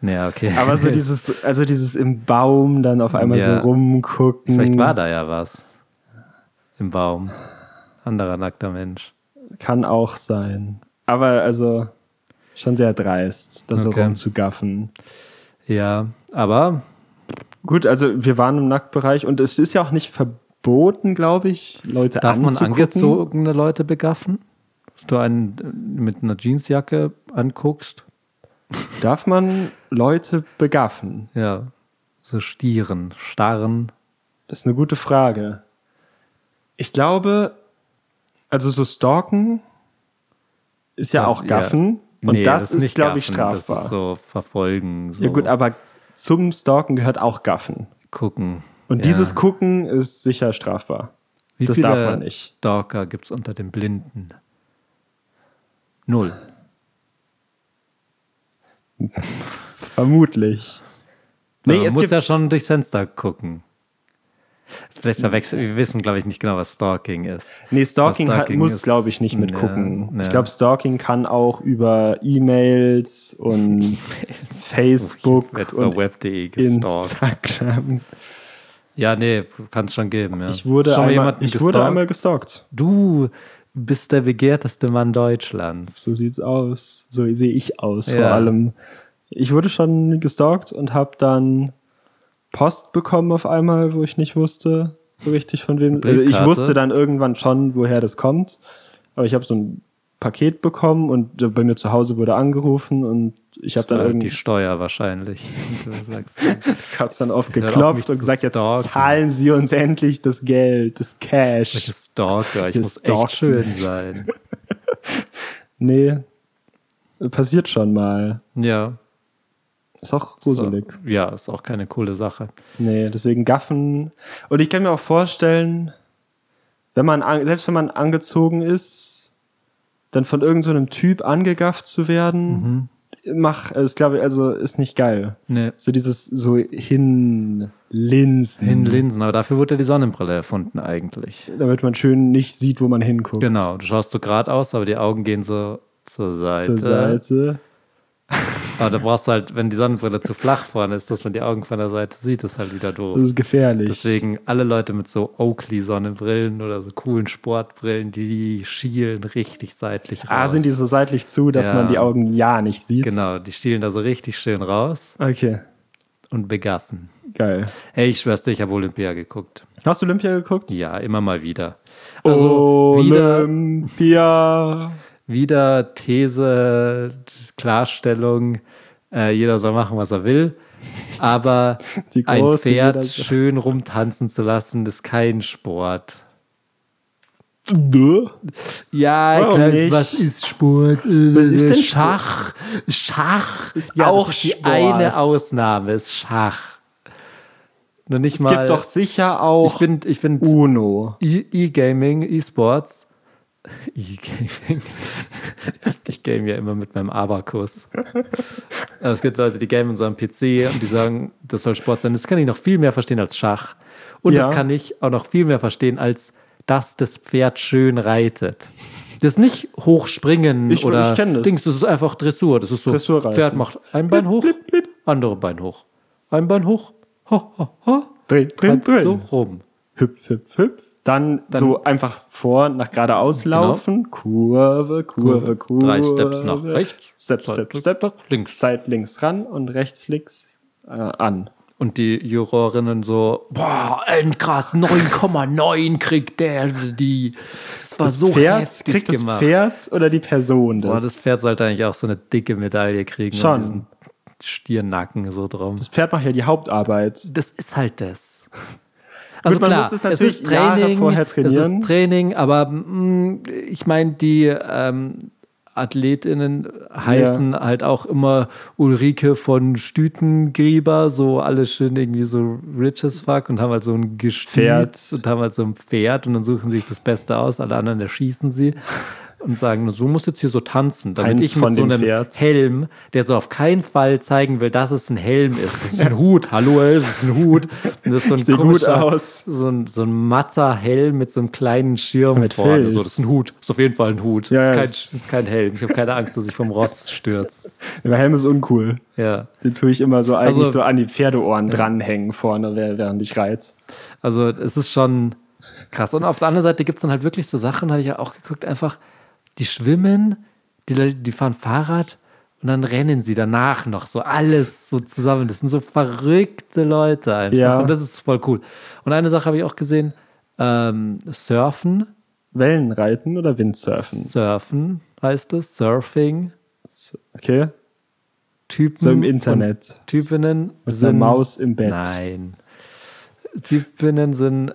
S1: Ja, okay. [laughs]
S2: Aber so dieses, also dieses im Baum dann auf einmal
S1: Ja.
S2: so rumgucken.
S1: Vielleicht war da ja was. Im Baum. Anderer nackter Mensch.
S2: Kann auch sein. Aber also schon sehr dreist, da so
S1: Okay.
S2: rumzugaffen.
S1: Ja, aber
S2: Gut, also wir waren im Nacktbereich und es ist ja auch nicht verboten, glaube ich, Leute
S1: darf man
S2: anzugucken.
S1: angezogene Leute begaffen? Dass du einen äh, mit einer Jeansjacke anguckst?
S2: Darf man Leute begaffen?
S1: Ja. So stieren, starren.
S2: Das ist eine gute Frage. Ich glaube, also so stalken ist ja
S1: Darf-
S2: auch gaffen
S1: Ja.
S2: und
S1: Nee,
S2: das,
S1: nicht
S2: ist, glaube ich,
S1: gaffen,
S2: strafbar.
S1: Das ist so verfolgen, so
S2: Ja gut, aber zum Stalken gehört auch gaffen.
S1: gucken.
S2: Und
S1: ja.
S2: dieses Gucken ist sicher strafbar.
S1: Wie
S2: das
S1: viele
S2: darf man nicht.
S1: Stalker gibt es unter den Blinden? Null.
S2: Vermutlich.
S1: Nee,
S2: Nee,
S1: man
S2: es
S1: muss
S2: gibt-
S1: ja schon durchs Fenster gucken. Vielleicht verwechseln, wir wissen, glaube ich, nicht genau, was Stalking ist.
S2: Nee, Stalking,
S1: Was
S2: hat-
S1: Stalking
S2: muss,
S1: ist,
S2: glaube ich, nicht mit
S1: ja,
S2: gucken.
S1: ja.
S2: Ich glaube, Stalking kann auch über E-Mails
S1: [laughs]
S2: und Facebook
S1: Wird über
S2: und
S1: web.de gestalkt.
S2: Instagram.
S1: Ja, nee, kann es schon geben. Ja.
S2: Ich wurde,
S1: schon mal
S2: einmal,
S1: jemanden
S2: ich wurde
S1: gestalkt?
S2: einmal gestalkt.
S1: Du bist der begehrteste Mann Deutschlands.
S2: So sieht's aus. So sehe ich aus vor
S1: Ja.
S2: allem. Ich wurde schon gestalkt und habe dann Post bekommen auf einmal, wo ich nicht wusste, so richtig von wem. Also ich
S1: Briefkarte.
S2: wusste dann irgendwann schon, woher das kommt. Aber ich habe so ein Paket bekommen und bei mir zu Hause wurde angerufen und ich habe dann
S1: Äh, Die
S2: irgendwie
S1: Steuer wahrscheinlich. [laughs] Und du sagst,
S2: hat's dann oft
S1: Hört auf, mich
S2: geklopft
S1: zu
S2: und gesagt, jetzt
S1: stalken.
S2: zahlen Sie uns endlich das Geld, das Cash.
S1: welche Stalker, ich
S2: Ihr
S1: muss
S2: stalken.
S1: echt schön sein.
S2: Nee, passiert schon mal.
S1: Ja,
S2: Ist auch gruselig.
S1: ja, ist auch keine coole Sache.
S2: Nee, deswegen gaffen. Und ich kann mir auch vorstellen, wenn man an, selbst wenn man angezogen ist, dann von irgendeinem so einem Typ angegafft zu werden,
S1: Mhm.
S2: mach, ist glaube ich, also ist nicht geil.
S1: Nee.
S2: So dieses so hinlinsen,
S1: In Linsen, aber dafür wurde ja die Sonnenbrille erfunden eigentlich.
S2: damit man schön nicht sieht, wo man hinguckt.
S1: Genau, du schaust so gerade aus, aber die Augen gehen so zur Seite.
S2: Zur Seite.
S1: Aber da brauchst du halt, wenn die Sonnenbrille zu flach vorne ist, dass man die Augen von der Seite sieht, ist halt wieder
S2: Das
S1: doof.
S2: ist gefährlich.
S1: Deswegen alle Leute mit so Oakley-Sonnenbrillen oder so coolen Sportbrillen, die schielen richtig seitlich raus.
S2: Ah, sind die so seitlich zu, dass
S1: Ja.
S2: man die Augen ja nicht sieht?
S1: Genau, die schielen da so richtig schön raus
S2: Okay,
S1: und begaffen.
S2: geil.
S1: Hey, ich schwör's dir, ich habe Olympia geguckt.
S2: Hast du Olympia geguckt?
S1: Ja, immer mal wieder. Also
S2: Oh,
S1: wieder
S2: Olympia.
S1: wieder These, Klarstellung, äh, jeder soll machen, was er will. Aber
S2: [laughs] Die
S1: ein
S2: große
S1: Pferd
S2: jeder-
S1: schön rumtanzen zu lassen, ist kein Sport.
S2: Nö.
S1: Ja,
S2: Warum
S1: klar,
S2: nicht?
S1: was ist Sport? Was
S2: ist denn
S1: Schach? Schach
S2: Ist
S1: ja,
S2: auch
S1: das ist die
S2: Sport.
S1: eine Ausnahme, ist Schach. Nur nicht
S2: Es
S1: mal.
S2: gibt doch sicher
S1: ich
S2: auch
S1: finde, ich finde,
S2: Uno.
S1: E- E-Gaming, E-Sports. [laughs] E-Gaming. Ich game ja immer mit meinem Abakus. Aber es gibt Leute, die gamen so am PC und die sagen, das soll Sport sein. Das kann ich noch viel mehr verstehen als Schach. Und
S2: Ja.
S1: das kann ich auch noch viel mehr verstehen als, dass das Pferd schön reitet. Das ist nicht hochspringen
S2: Ich-
S1: oder
S2: ich kenn das.
S1: Dings, das ist einfach Dressur. Das ist so,
S2: Dressurreiten.
S1: Pferd macht ein Bein hoch, andere Bein hoch. Ein Bein hoch, ho, ho, ho.
S2: Dreh, dreh,
S1: Halt
S2: dreh.
S1: so rum.
S2: Hüpf, hüpf, hüpf. Dann, so einfach vor, nach geradeaus laufen. Kurve, Kurve, Kurve.
S1: Genau. Drei Steps nach rechts.
S2: Step,
S1: Zwei
S2: Step,
S1: Step
S2: Step.
S1: nach links.
S2: Seit links ran und rechts, links äh, an.
S1: Und die Jurorinnen so, boah, endkrass, 9,9 kriegt der die. Das war so
S2: Pferd,
S1: heftig
S2: kriegt das
S1: gemacht.
S2: Pferd oder die Person das?
S1: boah, das Pferd sollte eigentlich auch so eine dicke Medaille kriegen.
S2: Schon.
S1: Und diesen Stiernacken so drum.
S2: das Pferd macht ja die Hauptarbeit.
S1: Das ist halt das. Also
S2: man
S1: klar,
S2: muss
S1: es,
S2: es natürlich
S1: ist Training,
S2: Jahre vorher
S1: es
S2: trainieren.
S1: ist Training, aber mh, ich meine, die ähm, AthletInnen heißen halt auch immer Ulrike von Stütengrieber, so alle schön irgendwie so rich as fuck und haben halt so ein Gestüt
S2: Pferd.
S1: und haben halt so ein Pferd und dann suchen sie sich das Beste aus, alle anderen erschießen sie und sagen, so musst jetzt hier so tanzen, damit
S2: Heinz
S1: ich mit
S2: von
S1: so
S2: dem
S1: einem
S2: Pferd.
S1: Helm, der so auf keinen Fall zeigen will, dass es ein Helm ist. Das ist ein Hut, hallo, ey, das ist ein Hut. Und
S2: [laughs]
S1: das ist so ein
S2: Ich seh gut
S1: komischer-
S2: aus.
S1: So ein, so ein matter Helm mit so einem kleinen Schirm
S2: Mit
S1: vorne.
S2: Filz.
S1: So, das ist ein Hut, das ist auf jeden Fall ein Hut.
S2: Ja,
S1: das, ist
S2: ja,
S1: kein,
S2: das-
S1: das ist kein Helm. Ich habe keine Angst, dass ich vom Ross stürze.
S2: Der Helm ist uncool.
S1: Ja.
S2: Den tue ich immer so eigentlich
S1: Also-
S2: so an die Pferdeohren dranhängen vorne, wer- während ich reiz.
S1: Also es ist schon krass. Und auf der anderen Seite gibt es dann halt wirklich so Sachen, habe ich ja auch geguckt, einfach, die schwimmen, die, Leute, die fahren Fahrrad und dann rennen sie danach noch so alles so zusammen. Das sind so verrückte Leute einfach.
S2: Ja.
S1: Und das ist voll cool. Und eine Sache habe ich auch gesehen, ähm, Surfen,
S2: Wellenreiten oder Windsurfen?
S1: Surfen heißt es, Surfing,
S2: Okay?
S1: Typen.
S2: So im Internet.
S1: und Typinnen
S2: Mit einer
S1: sind
S2: Maus im Bett.
S1: Nein. Typinnen sind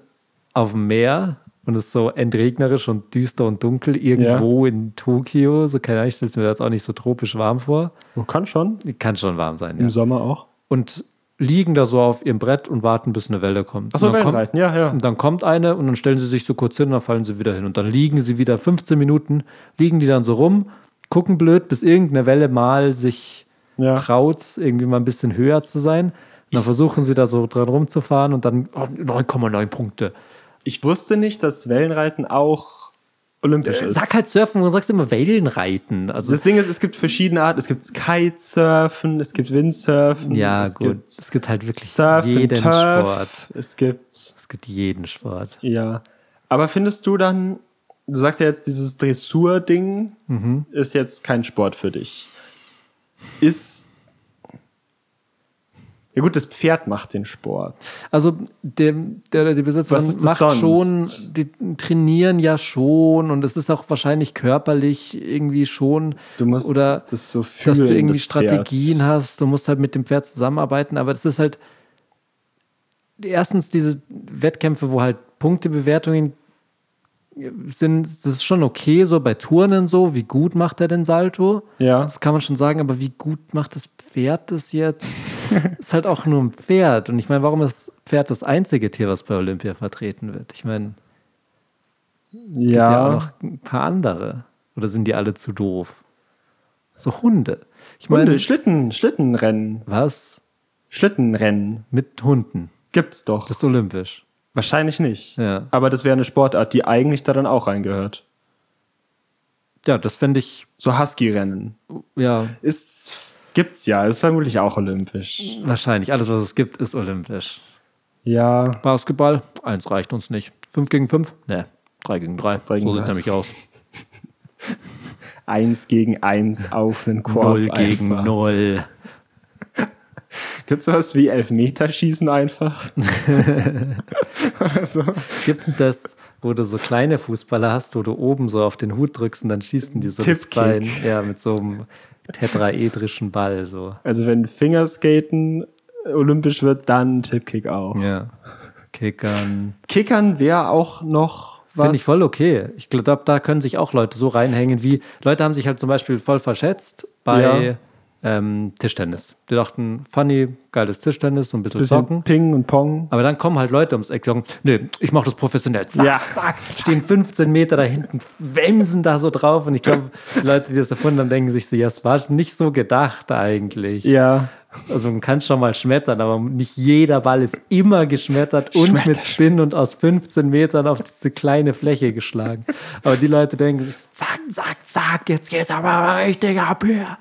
S1: auf dem Meer und es ist so endregnerisch und düster und dunkel irgendwo in Tokio. So keine Ahnung, ich stelle mir das auch nicht so tropisch warm vor.
S2: Oh, kann schon.
S1: Kann schon warm sein, ja.
S2: Im Sommer auch.
S1: Und liegen da so auf ihrem Brett und warten, bis eine Welle kommt.
S2: Ach so,
S1: Und dann kommt-
S2: Wellenreiten, ja, ja.
S1: Und dann kommt eine und dann stellen sie sich so kurz hin und dann fallen sie wieder hin. Und dann liegen sie wieder 15 Minuten, liegen die dann so rum, gucken blöd, bis irgendeine Welle mal sich
S2: Ja.
S1: traut, irgendwie mal ein bisschen höher zu sein. Und dann versuchen sie da so dran rumzufahren und dann oh, 9,9 Punkte.
S2: Ich wusste nicht, dass Wellenreiten auch olympisch ist.
S1: Sag halt Surfen und sagst immer Wellenreiten. Also
S2: Das Ding ist, es gibt verschiedene Arten. Es gibt Kitesurfen, es gibt Windsurfen.
S1: ja,
S2: es
S1: gut.
S2: Gibt
S1: Es gibt halt wirklich
S2: Surf
S1: jeden
S2: and Turf.
S1: Sport.
S2: Es gibt,
S1: Es gibt jeden Sport.
S2: ja. Aber findest du dann, du sagst ja jetzt, dieses Dressur-Ding ist jetzt kein Sport für dich. Ist, ja gut, das Pferd macht den Sport.
S1: Also der, der, der Besitzer
S2: Was ist das
S1: macht
S2: sonst?
S1: schon, die trainieren ja schon und es ist auch wahrscheinlich körperlich irgendwie schon.
S2: Du musst
S1: oder
S2: das so
S1: dass du
S2: fühlen,
S1: irgendwie
S2: das Pferd.
S1: Strategien hast, du musst halt mit dem Pferd zusammenarbeiten, aber das ist halt erstens diese Wettkämpfe, wo halt Punktebewertungen sind, das ist schon okay, so bei Turnen so, wie gut macht er den Salto?
S2: Ja.
S1: Das kann man schon sagen, aber wie gut macht das Pferd das
S2: [laughs]
S1: jetzt? ist halt auch nur ein Pferd. Und ich meine, warum ist Pferd das einzige Tier, was bei Olympia vertreten wird? Ich meine, gibt ja. auch noch ein paar andere. Oder sind die alle zu doof? So Hunde. Ich meine,
S2: Hunde, Schlitten, Schlittenrennen.
S1: was?
S2: Schlittenrennen
S1: Mit Hunden.
S2: gibt's doch.
S1: Das ist olympisch.
S2: Wahrscheinlich nicht.
S1: Ja.
S2: Aber das wäre eine Sportart, die eigentlich da dann auch reingehört.
S1: Ja, das fände ich,
S2: So Husky-Rennen.
S1: ja,
S2: Ist, gibt's ja, ist vermutlich auch olympisch.
S1: wahrscheinlich. Alles, was es gibt, ist olympisch.
S2: Ja,
S1: Basketball, eins reicht uns nicht. Fünf gegen fünf? Ne, drei gegen drei.
S2: Drei gegen
S1: so sieht es
S2: drei.
S1: nämlich aus.
S2: eins gegen eins auf einen Korb.
S1: Null gegen
S2: einfach.
S1: null.
S2: Gibt's sowas wie Elfmeterschießen einfach? Oder so?
S1: Gibt es das, wo du so kleine Fußballer hast, wo du oben so auf den Hut drückst und dann schießen die so das
S2: Tipkick.
S1: Bein? Ja, mit so einem tetraedrischen Ball so.
S2: Also wenn Fingerskaten olympisch wird, dann Tippkick auch.
S1: Ja. Kickern.
S2: Kickern wäre auch noch was.
S1: Finde ich voll okay. Ich glaube, da können sich auch Leute so reinhängen, wie Leute haben sich halt zum Beispiel voll verschätzt bei ähm, Tischtennis. Die dachten, funny, geiles Tischtennis, so ein bisschen,
S2: Bisschen
S1: zocken.
S2: Ping und Pong.
S1: Aber dann kommen halt Leute ums Eck und sagen, nee, ich mache das professionell. Zack,
S2: Ja.
S1: zack, [laughs] stehen 15 Meter da hinten, wemsen da so drauf. Und ich
S2: [laughs]
S1: glaube, die Leute, die das erfunden haben, denken sich so, ja, es war nicht so gedacht eigentlich.
S2: Ja.
S1: Also man kann schon mal schmettern, aber nicht jeder Ball ist immer geschmettert und mit Spin und aus 15 Metern auf diese kleine Fläche geschlagen. Aber die Leute denken sich, zack, zack, zack, jetzt geht's aber mal richtig ab hier.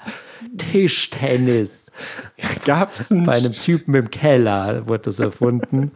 S1: Tischtennis.
S2: Gab's ein
S1: Bei einem Typen im Keller wurde das erfunden.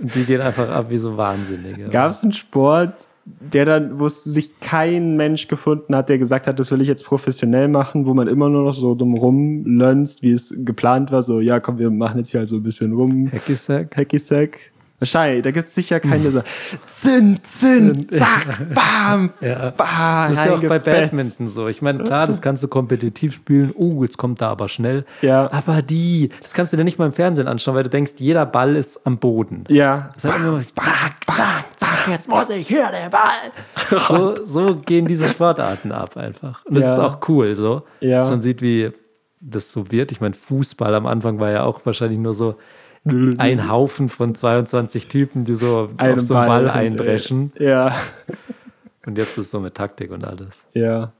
S1: Und die gehen einfach ab wie so Wahnsinnige.
S2: Gab es einen Sport, der dann, wo es sich kein Mensch gefunden hat, der gesagt hat, das will ich jetzt professionell machen, wo man immer nur noch so dumm rumlönzt, wie es geplant war, so, ja, komm, wir machen jetzt hier halt so ein bisschen rum.
S1: Hacky Sack?
S2: Hacky Sack. Wahrscheinlich, da gibt es sicher
S1: Hm.
S2: keine so. Zinn,
S1: [laughs]
S2: zinn, zack, bam,
S1: Ja.
S2: bam.
S1: Das ist ja auch bei
S2: reingefetzt.
S1: Badminton so. Ich meine, klar, das kannst du kompetitiv spielen. Oh, jetzt kommt da aber schnell.
S2: Ja.
S1: Aber die, das kannst du dir nicht mal im Fernsehen anschauen, weil du denkst, jeder Ball ist am Boden.
S2: Ja.
S1: Das ist halt immer so, zack, zack, zack, jetzt muss ich hier den Ball. So, so gehen diese Sportarten ab einfach. Und das
S2: Ja.
S1: ist auch cool, so.
S2: Ja.
S1: Dass man sieht, wie das so wird. Ich meine, Fußball am Anfang war ja auch wahrscheinlich nur so ein Haufen von 22 Typen, die so auf so einen Ball,
S2: und, äh,
S1: eindreschen.
S2: Ja,
S1: Und jetzt ist so mit Taktik und alles.
S2: ja.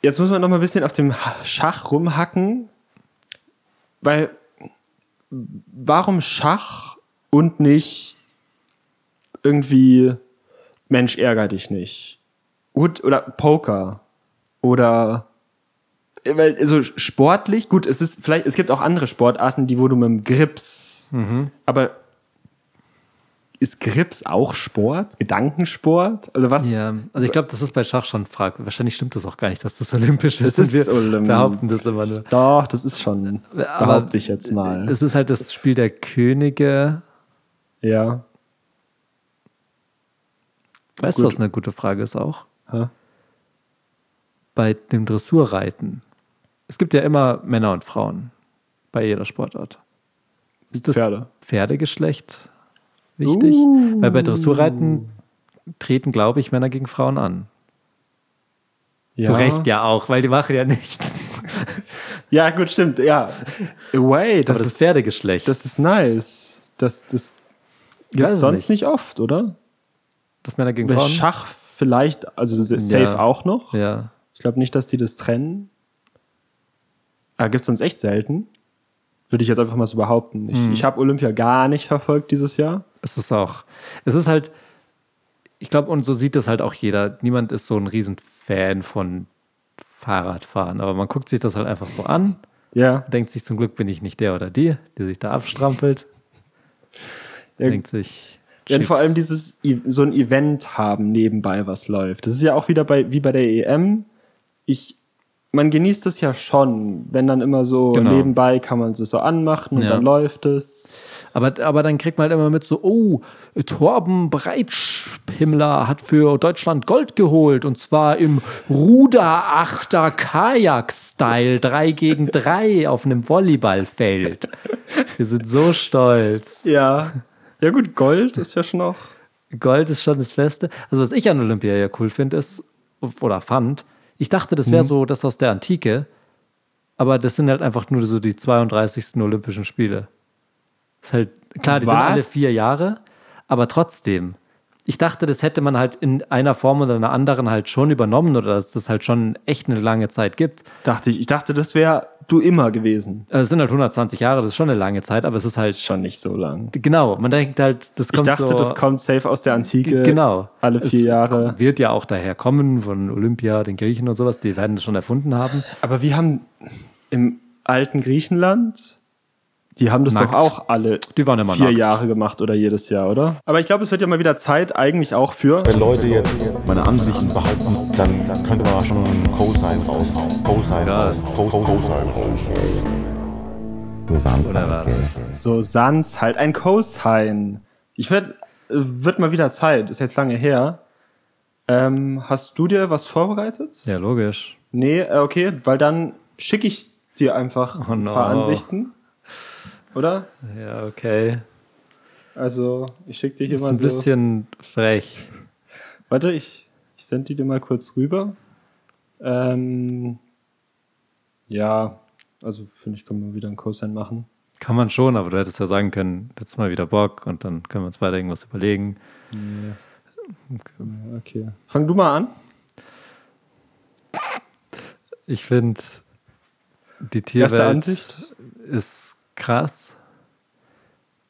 S2: Jetzt muss man noch mal ein bisschen auf dem Schach rumhacken, weil warum Schach und nicht irgendwie Mensch ärger dich nicht? Gut, oder Poker oder weil also sportlich gut es ist vielleicht es gibt auch andere Sportarten die wo du mit dem Grips aber ist Grips auch Sport Gedankensport also was
S1: Ja, also ich glaube, das ist bei Schach schon fragwürdig. Wahrscheinlich stimmt das auch gar nicht, dass das olympisch ist.
S2: Das
S1: und
S2: ist
S1: wir
S2: olymp-
S1: behaupten das immer nur.
S2: Doch, das ist schon,
S1: Aber
S2: behaupte ich jetzt mal.
S1: Es ist halt das Spiel der Könige.
S2: ja.
S1: Weißt du,
S2: Gut.
S1: was eine gute Frage ist auch?
S2: Hä?
S1: Bei dem Dressurreiten. Es gibt ja immer Männer und Frauen bei jeder Sportart. Ist das
S2: Pferde. Uh.
S1: Pferdegeschlecht wichtig? Weil bei Dressurreiten treten, glaube ich, Männer gegen Frauen an.
S2: ja.
S1: Zu Recht ja auch, weil die machen ja
S2: [laughs]
S1: nichts.
S2: Ja, gut, stimmt, ja. Wait, das,
S1: Aber das
S2: ist,
S1: Pferdegeschlecht,
S2: das ist nice. Das, das gibt
S1: weiß
S2: es
S1: es
S2: sonst
S1: nicht.
S2: nicht. oft, oder?
S1: dass Männer gegen
S2: Bei
S1: Frauen.
S2: Schach vielleicht, also sa- safe
S1: Ja.
S2: auch noch.
S1: Ja.
S2: Ich glaube nicht, dass die das trennen. Ah, gibt es sonst echt selten. Würde ich jetzt einfach mal so behaupten.
S1: Mhm.
S2: Ich, ich habe Olympia gar nicht verfolgt dieses Jahr.
S1: Es ist auch, es ist halt, ich glaube, und so sieht das halt auch jeder. Niemand ist so ein Riesenfan von Fahrradfahren, aber man guckt sich das halt einfach so an,
S2: Ja,
S1: denkt sich, zum Glück bin ich nicht der oder die, die sich da abstrampelt,
S2: ja
S1: denkt sich.
S2: Wenn vor
S1: Chips.
S2: allem dieses I- so ein Event haben nebenbei, was läuft. Das ist ja auch wieder bei wie bei der EM. Ich man genießt es ja schon, wenn dann immer so
S1: Genau.
S2: nebenbei kann man es so anmachen und
S1: Ja.
S2: dann läuft es.
S1: aber, aber dann kriegt man halt immer mit so, oh, Torben Breitschpimmler hat für Deutschland Gold geholt und zwar im Ruderachter-Kajak-Style 3 gegen 3 auf einem Volleyballfeld. Wir sind so stolz.
S2: Ja. [laughs] Ja gut, Gold ist ja schon auch.
S1: Gold ist schon das Beste. Also, was ich an Olympia ja cool finde, ist, oder fand, ich dachte, das
S2: Mhm.
S1: wäre so das aus der Antike, aber das sind halt einfach nur so die 32. Olympischen Spiele. Ist halt, klar, die sind
S2: Was?
S1: alle vier Jahre, aber trotzdem. Ich dachte, das hätte man halt in einer Form oder einer anderen halt schon übernommen oder dass das halt schon echt eine lange Zeit gibt.
S2: Dachte ich, ich dachte, das wäre du immer gewesen.
S1: Also es sind halt 120 Jahre, das ist schon eine lange Zeit, aber es ist halt schon.
S2: Schon nicht so lang.
S1: Genau, man denkt halt, das
S2: Ich
S1: kommt
S2: dachte,
S1: so,
S2: das kommt safe aus der Antike.
S1: Genau.
S2: Alle vier
S1: es
S2: Jahre.
S1: Wird ja auch daher kommen von Olympia, den Griechen und sowas. Die werden das schon erfunden haben.
S2: Aber wir haben im alten Griechenland, die haben das
S1: Nackt.
S2: doch auch alle
S1: Die waren immer
S2: vier
S1: nackt.
S2: Jahre gemacht oder jedes Jahr, oder? Aber ich glaube, es wird ja mal wieder Zeit eigentlich auch für.
S6: Wenn Leute jetzt meine Ansichten behaupten, dann könnte man schon Cosine raushauen. Cosine raushauen. Co- Cosine raushauen.
S7: Du Samstag, gell?
S2: So Sans halt, ein Cosine. Ich werd, wird mal wieder Zeit, ist jetzt lange her. Ähm, hast du dir was vorbereitet?
S1: Ja, logisch.
S2: Nee, äh, okay, weil dann schicke ich dir einfach
S1: Oh
S2: ein
S1: no.
S2: paar Ansichten. Oder?
S1: Ja, okay.
S2: Also, ich schicke dir hier
S1: Ist
S2: mal
S1: ein
S2: so.
S1: bisschen frech.
S2: Warte, ich, ich sende die dir mal kurz rüber. Ähm, ja, also finde ich, können wir wieder einen Cosine machen.
S1: Kann man schon, aber du hättest ja sagen können, jetzt mal wieder Bock und dann können wir uns beide irgendwas überlegen.
S2: Okay. Fang du mal an.
S1: Ich finde, die
S2: Erste
S1: Tierwelt
S2: Ansicht.
S1: ist krass.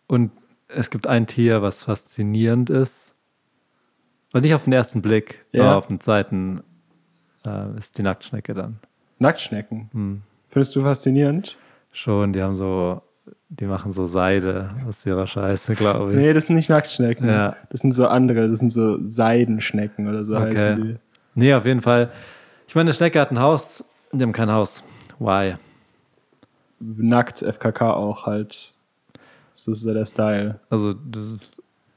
S1: Und es gibt ein Tier, was faszinierend ist. Und nicht auf den ersten Blick,
S2: Ja.
S1: aber auf den zweiten äh, ist die Nacktschnecke dann.
S2: Nacktschnecken.
S1: Hm.
S2: Findest du faszinierend?
S1: Schon, die haben so, die machen so Seide aus ihrer Scheiße, glaube ich.
S2: Nee, das sind nicht Nacktschnecken.
S1: Ja.
S2: Das sind so andere, das sind so Seidenschnecken oder so heißen
S1: okay.
S2: die.
S1: Nee, auf jeden Fall. Ich meine, eine Schnecke hat ein Haus, die haben kein Haus. Why?
S2: Nackt, FKK auch halt. Das ist so der Style.
S1: Also, das ist-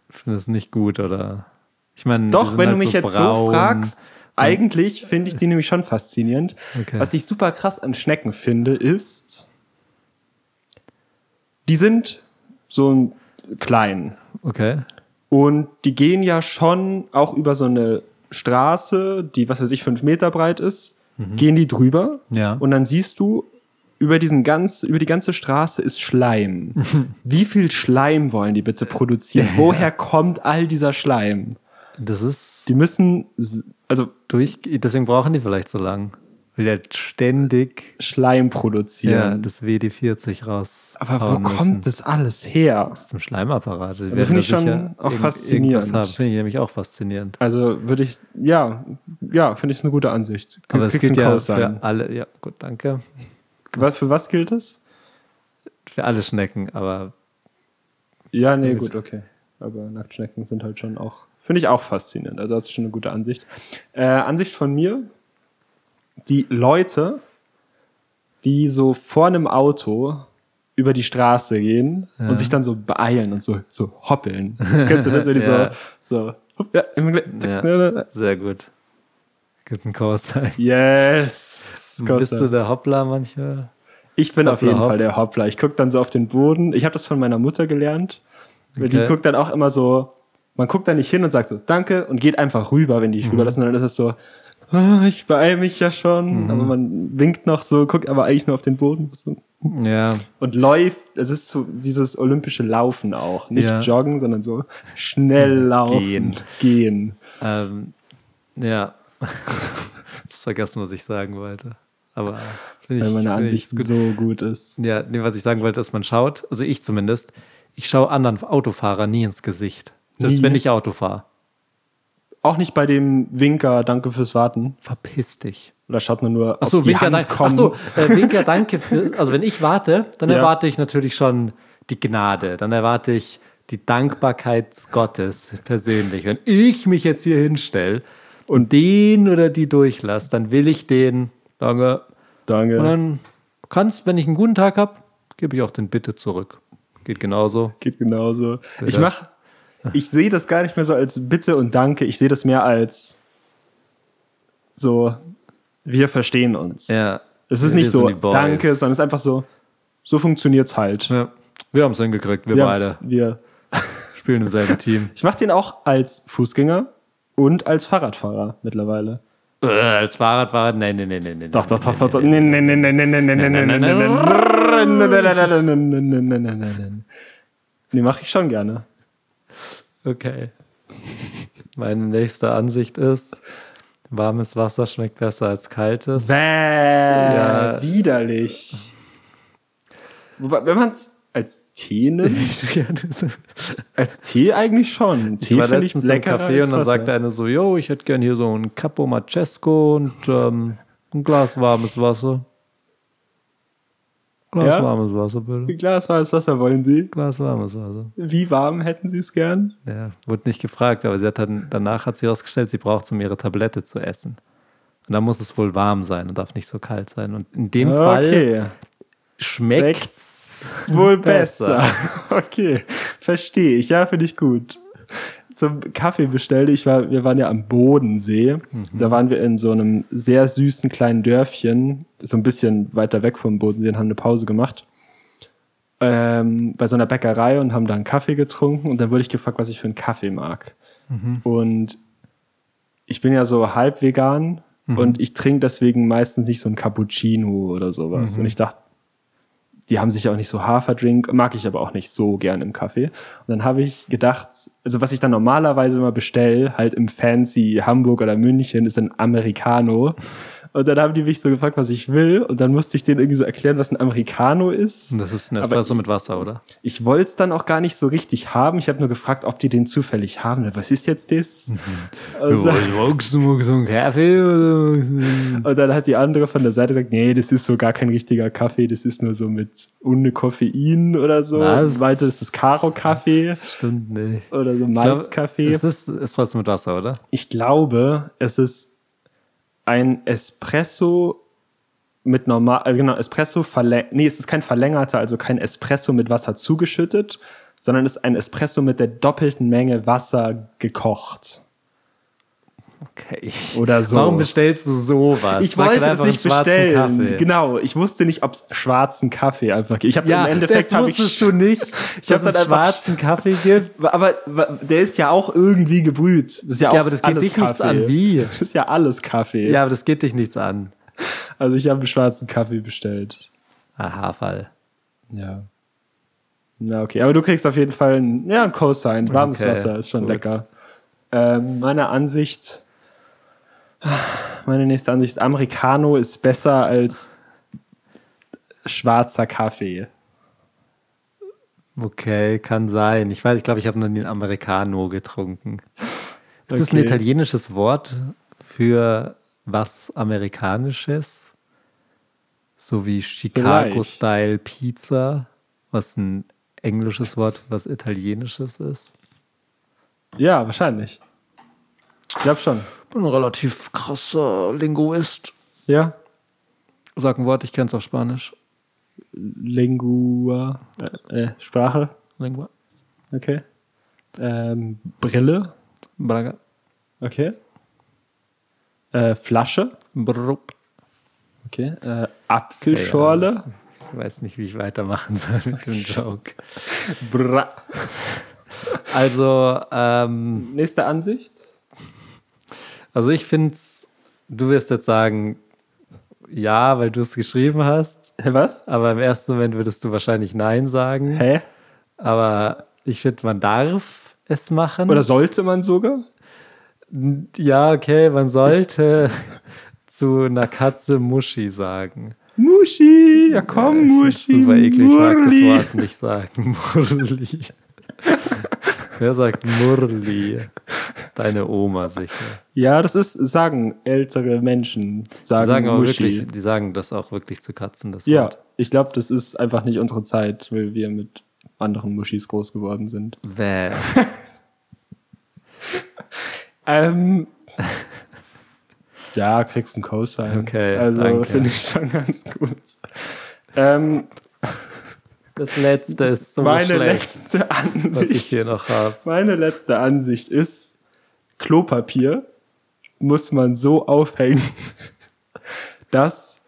S1: finde das nicht gut, oder? Ich meine, die
S2: Doch,
S1: sind
S2: wenn
S1: halt
S2: du mich
S1: so
S2: jetzt so
S1: braun.
S2: fragst, eigentlich finde ich die nämlich schon faszinierend.
S1: Okay.
S2: Was ich super krass an Schnecken finde, ist, die sind so klein.
S1: Okay.
S2: Und die gehen ja schon auch über so eine Straße, die, was weiß ich, fünf Meter breit ist, gehen die drüber.
S1: Mhm. Ja.
S2: Und dann siehst du, über diesen ganz, über die ganze Straße ist
S1: [laughs]
S2: Schleim. Wie viel Schleim wollen die bitte produzieren? Woher kommt all dieser Schleim?
S1: Das ist
S2: Die müssen, s- also
S1: durch. Deswegen brauchen die vielleicht so lang. Weil die halt ständig
S2: Schleim
S1: ja,
S2: produzieren.
S1: das WD-40 raus.
S2: Aber wo kommt das alles her?
S1: Zum Schleimapparat. Die
S2: Also
S1: werden
S2: finde ich
S1: da
S2: schon
S1: sicher
S2: auch
S1: irgend-
S2: faszinierend.
S1: irgendwas haben. Finde ich nämlich auch faszinierend.
S2: Also würde ich, ja, ja, finde ich eine gute Ansicht.
S1: Aber es
S2: Kriegst du
S1: gilt
S2: einen
S1: ja
S2: Cosign.
S1: für alle, ja gut, danke.
S2: was, für was gilt es?
S1: Für alle Schnecken, aber
S2: Ja, nee, gut, okay. Aber Nacktschnecken sind halt schon auch, finde ich auch faszinierend. Also das ist schon eine gute Ansicht. Äh, Ansicht von mir, die Leute, die so vor einem Auto über die Straße gehen und sich dann so beeilen und so, so
S1: [laughs]
S2: hoppeln. Kennst du das, wenn die
S1: Ja.
S2: so, so, hup, ja, im Gle-
S1: Ja.
S2: zack, ne, ne.
S1: sehr gut. Gibt ein Call-Sign.
S2: [laughs] Yes!
S1: Bist
S2: Costa.
S1: du der Hoppler manchmal?
S2: Ich bin auf
S1: Hoppla,
S2: jeden
S1: hopp.
S2: Fall der Hoppler. Ich gucke dann so auf den Boden. Ich habe das von meiner Mutter gelernt. Weil Die
S1: Okay.
S2: guckt dann auch immer so, man guckt da nicht hin und sagt so, danke und geht einfach rüber, wenn die mhm. rüberlassen. Und dann ist es so, ah, ich beeil mich ja schon.
S1: Mhm.
S2: Aber man winkt noch so, guckt aber eigentlich nur auf den Boden. So.
S1: Ja,
S2: Und läuft, es ist so dieses olympische Laufen auch. Nicht
S1: Ja.
S2: joggen, sondern so schnell laufen. Gehen.
S1: Gehen. ähm, ja. [laughs] ich vergessen, was ich sagen wollte. Aber finde
S2: Weil
S1: ich,
S2: meine
S1: finde ich
S2: Ansicht
S1: gut.
S2: so gut ist.
S1: Ja, nee, was ich sagen wollte, ist, man schaut, also ich zumindest, ich schaue anderen Autofahrern nie ins Gesicht. Selbst
S2: Nie.
S1: wenn ich Auto fahre.
S2: Auch nicht bei dem Winker, danke fürs Warten.
S1: Verpiss dich.
S2: Oder schaut man nur, ob
S1: Achso,
S2: die
S1: Winker,
S2: Hand
S1: danke.
S2: kommt.
S1: Achso, äh, Winker, danke. Für, also, wenn ich warte, dann
S2: [laughs] Ja.
S1: erwarte ich natürlich schon die Gnade. Dann erwarte ich die Dankbarkeit Gottes persönlich. Wenn ich mich jetzt hier hinstelle und den oder die durchlasse, dann will ich den. Danke.
S2: Danke.
S1: Und dann kannst, wenn ich einen guten Tag habe, gebe ich auch den Bitte zurück. Geht genauso.
S2: Geht genauso. Ich
S1: Ja.
S2: mach, ich sehe das gar nicht mehr so als Bitte und Danke. Ich sehe das mehr als so, wir verstehen uns.
S1: Ja.
S2: Es ist
S1: Wir
S2: nicht
S1: sind
S2: so
S1: die Boys.
S2: Danke, sondern es ist einfach so, so funktioniert's halt.
S1: Ja. Wir haben es hingekriegt, wir,
S2: Wir haben's-
S1: beide
S2: wir.
S1: spielen im selben
S2: [laughs]
S1: Team.
S2: Ich mache den auch als Fußgänger und als Fahrradfahrer mittlerweile.
S1: äh, als Fahrradfahrer, nein, nein, nein, nein, nein.
S2: Doch, doch, doch, doch, doch. Nee, nee, nee, nee, nee, nee, nee, nee, nee, nee, nee, nee, nee, nee, nee, nee, nee, nee, nee. Nee, mache ich schon gerne.
S1: Okay. Meine nächste Ansicht ist, warmes Wasser schmeckt besser als kaltes.
S2: Bäh, [laughs]
S1: Ja.
S2: widerlich. Wobei, wenn man es als Tee nimmt, [laughs] als Tee eigentlich schon.
S1: Ich
S2: Tee
S1: war
S2: finde ich
S1: letztens im
S2: leckerer
S1: Café
S2: als
S1: und dann
S2: Wasser.
S1: sagte einer so, yo, ich hätte gern hier so ein Capo Macesco und ähm, ein Glas warmes Wasser. Glas
S2: Ja?
S1: warmes Wasser, bitte.
S2: Wie glaswarmes Wasser wollen Sie?
S1: Glas warmes Wasser.
S2: Wie warm hätten Sie es gern?
S1: Ja, wurde nicht gefragt, aber sie hat dann, danach hat sie herausgestellt, sie braucht es, um ihre Tablette zu essen. Und dann muss es wohl warm sein und darf nicht so kalt sein. Und in dem Fall
S2: Ah, Okay,
S1: schmeckt
S2: schmeckt's wohl
S1: besser.
S2: besser. [laughs] Okay, verstehe ich. Ja, finde ich gut. Zum Kaffee bestellte ich, war, wir waren ja am Bodensee. Da waren wir in so einem sehr süßen kleinen Dörfchen, so ein bisschen weiter weg vom Bodensee und haben eine Pause gemacht. ähm, bei so einer Bäckerei und haben da einen Kaffee getrunken und dann wurde ich gefragt, was ich für einen Kaffee mag. Und ich bin ja so halb vegan und ich trinke deswegen meistens nicht so einen Cappuccino oder sowas. Und ich dachte, die haben sicher auch nicht so Haferdrink, mag ich aber auch nicht so gern im Kaffee. Und dann habe ich gedacht, also was ich dann normalerweise immer bestelle, halt im fancy Hamburg oder München, ist ein Americano. Und dann haben die mich so gefragt, was ich will. Und dann musste ich denen irgendwie so erklären, was ein Americano ist.
S1: Das ist ein
S2: Aber
S1: Espresso mit Wasser, oder?
S2: ich wollte es dann auch gar nicht so richtig haben. Ich habe nur gefragt, ob die den zufällig haben. Was ist jetzt das? Also,
S1: magst du mal so einen Kaffee? Oder?
S2: und dann hat die andere von der Seite gesagt, nee, das ist so gar kein richtiger Kaffee. Das ist nur so mit ohne Koffein oder so.
S1: Was?
S2: Und Meinte, das ist Karo-Kaffee
S1: Stimmt nicht.
S2: oder so
S1: Ich
S2: Malzkaffee.
S1: glaub, Es ist Espresso mit Wasser, oder?
S2: Ich glaube, es ist ein Espresso mit normal, also genau, Espresso verlängert, nee, es ist kein verlängerter, also kein Espresso mit Wasser zugeschüttet, sondern ist ein Espresso mit der doppelten Menge Wasser gekocht.
S1: Okay.
S2: Oder so.
S1: Warum bestellst du sowas?
S2: ich
S1: Sag
S2: wollte
S1: doch
S2: das
S1: einfach
S2: nicht
S1: einen schwarzen
S2: bestellen.
S1: Kaffee.
S2: Genau, ich wusste nicht, ob es schwarzen Kaffee einfach gibt. Ich habe
S1: Ja,
S2: im Endeffekt
S1: das
S2: habe [laughs] ich
S1: wusstest du nicht, dass
S2: hab dann
S1: es
S2: einfach-
S1: schwarzen Kaffee gibt.
S2: aber wa- der ist ja auch irgendwie gebrüht. Das ist ja, auch
S1: Ja, aber das geht
S2: alles
S1: dich nichts
S2: Kaffee.
S1: an. Wie?
S2: Das ist ja alles Kaffee.
S1: Ja, aber das geht dich nichts an.
S2: Also ich habe einen schwarzen Kaffee bestellt.
S1: Aha, Fall.
S2: Ja. Na, okay. Aber du kriegst auf jeden Fall ein, ja, ein Co-Sign. Warmes
S1: Okay,
S2: Wasser ist schon
S1: gut.
S2: lecker. Ähm, meine Ansicht, meine nächste Ansicht ist, Americano ist besser als schwarzer Kaffee.
S1: Okay, kann sein. Ich weiß, ich glaube, ich habe noch nie einen Americano getrunken. Ist das ein
S2: Okay.
S1: italienisches Wort für was Amerikanisches? So wie Chicago-Style Pizza, was ein englisches Wort für was Italienisches ist?
S2: Ja, wahrscheinlich. Ich glaube schon.
S1: bin ein relativ krasser Linguist.
S2: Ja.
S1: Sag ein Wort, ich kenn's auf Spanisch.
S2: Lingua, äh, äh, Sprache,
S1: Lingua.
S2: okay. Ähm, Brille,
S1: Braga.
S2: okay. Äh, Flasche,
S1: Brup.
S2: okay. Äh, Apfelschorle.
S1: Ich weiß nicht, wie ich weitermachen soll mit dem Joke.
S2: Bra.
S1: Also, ähm,
S2: Nächste Ansicht.
S1: Also ich finde, du wirst jetzt sagen, ja, weil du es geschrieben hast,
S2: Hä, was?
S1: aber im ersten Moment würdest du wahrscheinlich Nein sagen.
S2: Hä?
S1: Aber ich finde, man darf es machen.
S2: Oder sollte man sogar?
S1: ja, okay, man sollte [laughs] zu einer Katze Muschi sagen. Äh,
S2: Muschi, ja komm, Oh, Muschi.
S1: Super eklig, ich mag das
S2: Murli.
S1: Wort nicht sagen. [laughs] Murli. Wer sagt Murli? Deine Oma sicher.
S2: Ja, das ist, sagen ältere Menschen, sagen,
S1: Die sagen, aber
S2: Muschi.
S1: wirklich, die sagen das auch wirklich zu Katzen, das
S2: ja,
S1: Wort.
S2: ich glaube, das ist einfach nicht unsere Zeit, weil wir mit anderen Muschis groß geworden sind.
S1: Bäh. [laughs]
S2: Ähm. ja, kriegst einen Co-Sign.
S1: Okay,
S2: Also
S1: danke.
S2: finde ich schon ganz gut. Ähm,
S1: Das letzte ist so
S2: meine
S1: schlecht,
S2: letzte
S1: was ich
S2: Ansicht.
S1: hier noch habe.
S2: Meine letzte Ansicht ist, Klopapier muss man so aufhängen, [laughs] dass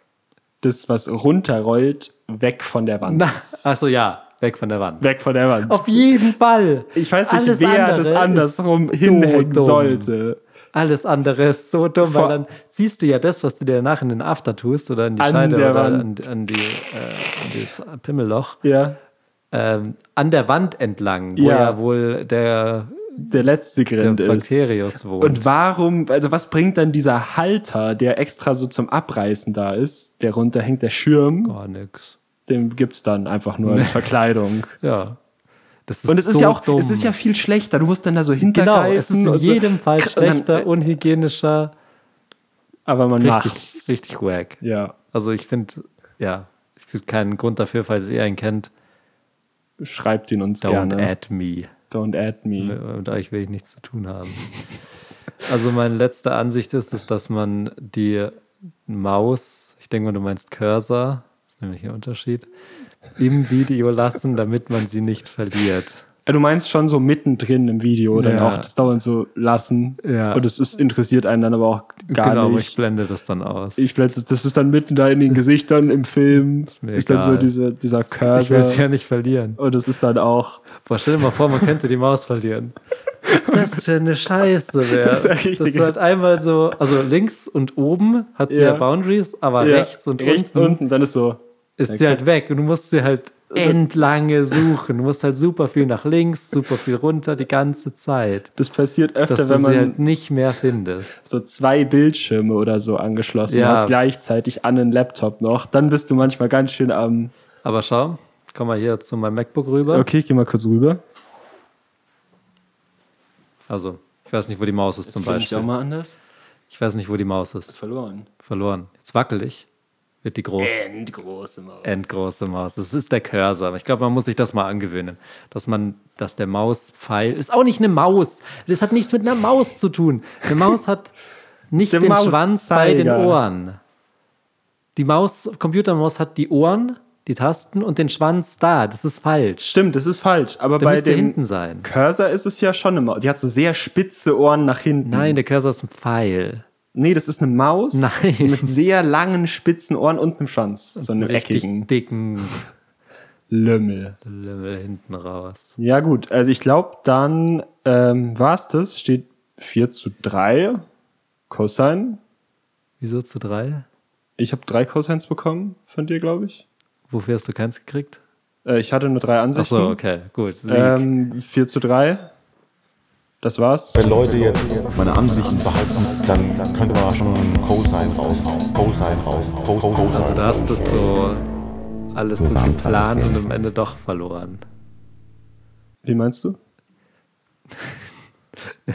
S2: das, was runterrollt, weg von der Wand ist.
S1: Achso, ja, weg von der Wand.
S2: Weg von der Wand.
S1: Auf jeden Fall.
S2: Ich weiß nicht,
S1: Alles
S2: wer
S1: andere
S2: das
S1: ist
S2: andersrum
S1: so
S2: hinhängen
S1: dumm.
S2: sollte.
S1: Alles andere ist so dumm,
S2: Vor-
S1: weil dann ziehst du ja das, was du dir danach in den After tust oder in die
S2: An
S1: Scheide
S2: der
S1: oder an,
S2: Wand.
S1: an, die, äh, an das Pimmelloch,
S2: Ja,
S1: ähm, an der Wand entlang, wo
S2: Ja.
S1: ja, wohl der,
S2: der letzte
S1: der
S2: Grind ist.
S1: Bakterius wohnt.
S2: Und warum, also was bringt dann dieser Halter, der extra so zum Abreißen da ist, der runterhängt, der Schirm,
S1: Gar Oh, nix.
S2: den gibt's dann einfach
S1: [laughs]
S2: nur als Verkleidung.
S1: Ja. Das ist
S2: Und es ist
S1: so
S2: ja auch,
S1: dumm.
S2: es ist ja viel schlechter, du musst dann da so
S1: genau,
S2: hintergreifen.
S1: es ist in
S2: und so.
S1: jedem Fall
S2: Und dann- äh,
S1: schlechter, unhygienischer,
S2: aber man
S1: richtig,
S2: macht's.
S1: richtig wack.
S2: Ja,
S1: Also ich finde, ja, es gibt keinen Grund dafür, falls ihr einen kennt,
S2: schreibt ihn uns
S1: don't
S2: gerne.
S1: add me.
S2: Don't add me.
S1: Mit euch will ich nichts zu tun haben. Also meine letzte Ansicht ist, ist, dass man die Maus, ich denke mal, du meinst Cursor, ist nämlich ein Unterschied, im Video lassen, damit man sie nicht verliert.
S2: Äh, Du meinst schon so mittendrin im Video dann
S1: Ja.
S2: auch das dauernd so lassen.
S1: Ja.
S2: Und es ist, interessiert einen dann aber auch gar
S1: genau, aber ich
S2: nicht.
S1: blende das dann aus.
S2: Ich blende, das ist dann mitten da in den Gesichtern im Film. Ist,
S1: mir
S2: dann so
S1: egal.
S2: diese, dieser
S1: Ich will
S2: Cursor.
S1: sie ja nicht verlieren.
S2: Und es ist dann auch.
S1: Boah, stell dir mal vor, man könnte die Maus verlieren. Was [laughs] das für eine Scheiße wäre.
S2: Das
S1: Das
S2: ist ja richtig.
S1: ist halt einmal so, also links und oben hat sie ja,
S2: Ja.
S1: Boundaries, aber
S2: Ja,
S1: rechts und
S2: rechts
S1: unten
S2: unten, dann ist so.
S1: ist sie halt weg und du musst sie halt entlange suchen. Du musst halt super viel nach links, super viel runter die ganze Zeit.
S2: Das passiert öfter,
S1: Dass du
S2: wenn man
S1: sie halt nicht mehr findest.
S2: so zwei Bildschirme oder so angeschlossen
S1: Ja.
S2: hat, gleichzeitig an den Laptop noch. Dann bist du manchmal ganz schön am.
S1: Aber schau, komm mal hier zu meinem MacBook rüber.
S2: Okay, ich geh mal kurz rüber.
S1: Also, ich weiß nicht, wo die Maus ist zum Beispiel. Ich,
S2: mal anders.
S1: weiß nicht, wo die Maus ist.
S2: Verloren.
S1: Verloren. Jetzt wackel ich. Wird die groß.
S2: Endgroße Maus.
S1: Äh, endgroße Maus. Das ist der Cursor. Ich glaube, man muss sich das mal angewöhnen, dass man, dass der Mauspfeil ist auch nicht eine Maus. Das hat nichts mit einer Maus zu tun. Eine Maus
S2: [laughs]
S1: hat nicht
S2: Der
S1: den Schwanz bei den
S2: Mauszeiger.
S1: Ohren. Die Maus, Computermaus hat die Ohren die Tasten und den Schwanz da. Das ist falsch.
S2: Stimmt, das ist falsch. Aber
S1: Der
S2: bei
S1: müsste
S2: dem
S1: hinten sein.
S2: Cursor ist es ja schon immer. Die hat so sehr spitze Ohren nach hinten.
S1: Nein, der Cursor ist ein Pfeil.
S2: Nee, das ist eine Maus
S1: Nein.
S2: mit sehr langen, spitzen Ohren und einem Schwanz. So einem
S1: Richtig
S2: eckigen
S1: dicken
S2: Lümmel.
S1: Lümmel hinten raus.
S2: Ja, gut. Also ich glaube, dann ähm, war es das. Steht 4 zu 3. Cosine.
S1: Wieso zu drei?
S2: Ich habe drei Cosines bekommen von dir, glaube ich.
S1: Wofür hast du keins gekriegt?
S2: Äh, ich hatte nur drei
S1: Ach
S2: Ansichten.
S1: so, okay, gut. Sieg.
S2: Ähm, 4 zu 3. Das war's.
S6: Wenn Leute jetzt meine Ansichten behalten, dann könnte man schon Cosine raushauen. Cosine raushauen. Co- co- Cosine
S1: also da hast du so alles so
S7: Zusammenfassend,
S1: geplant
S7: ja.
S1: und am Ende doch verloren. [laughs]
S2: Wie meinst du?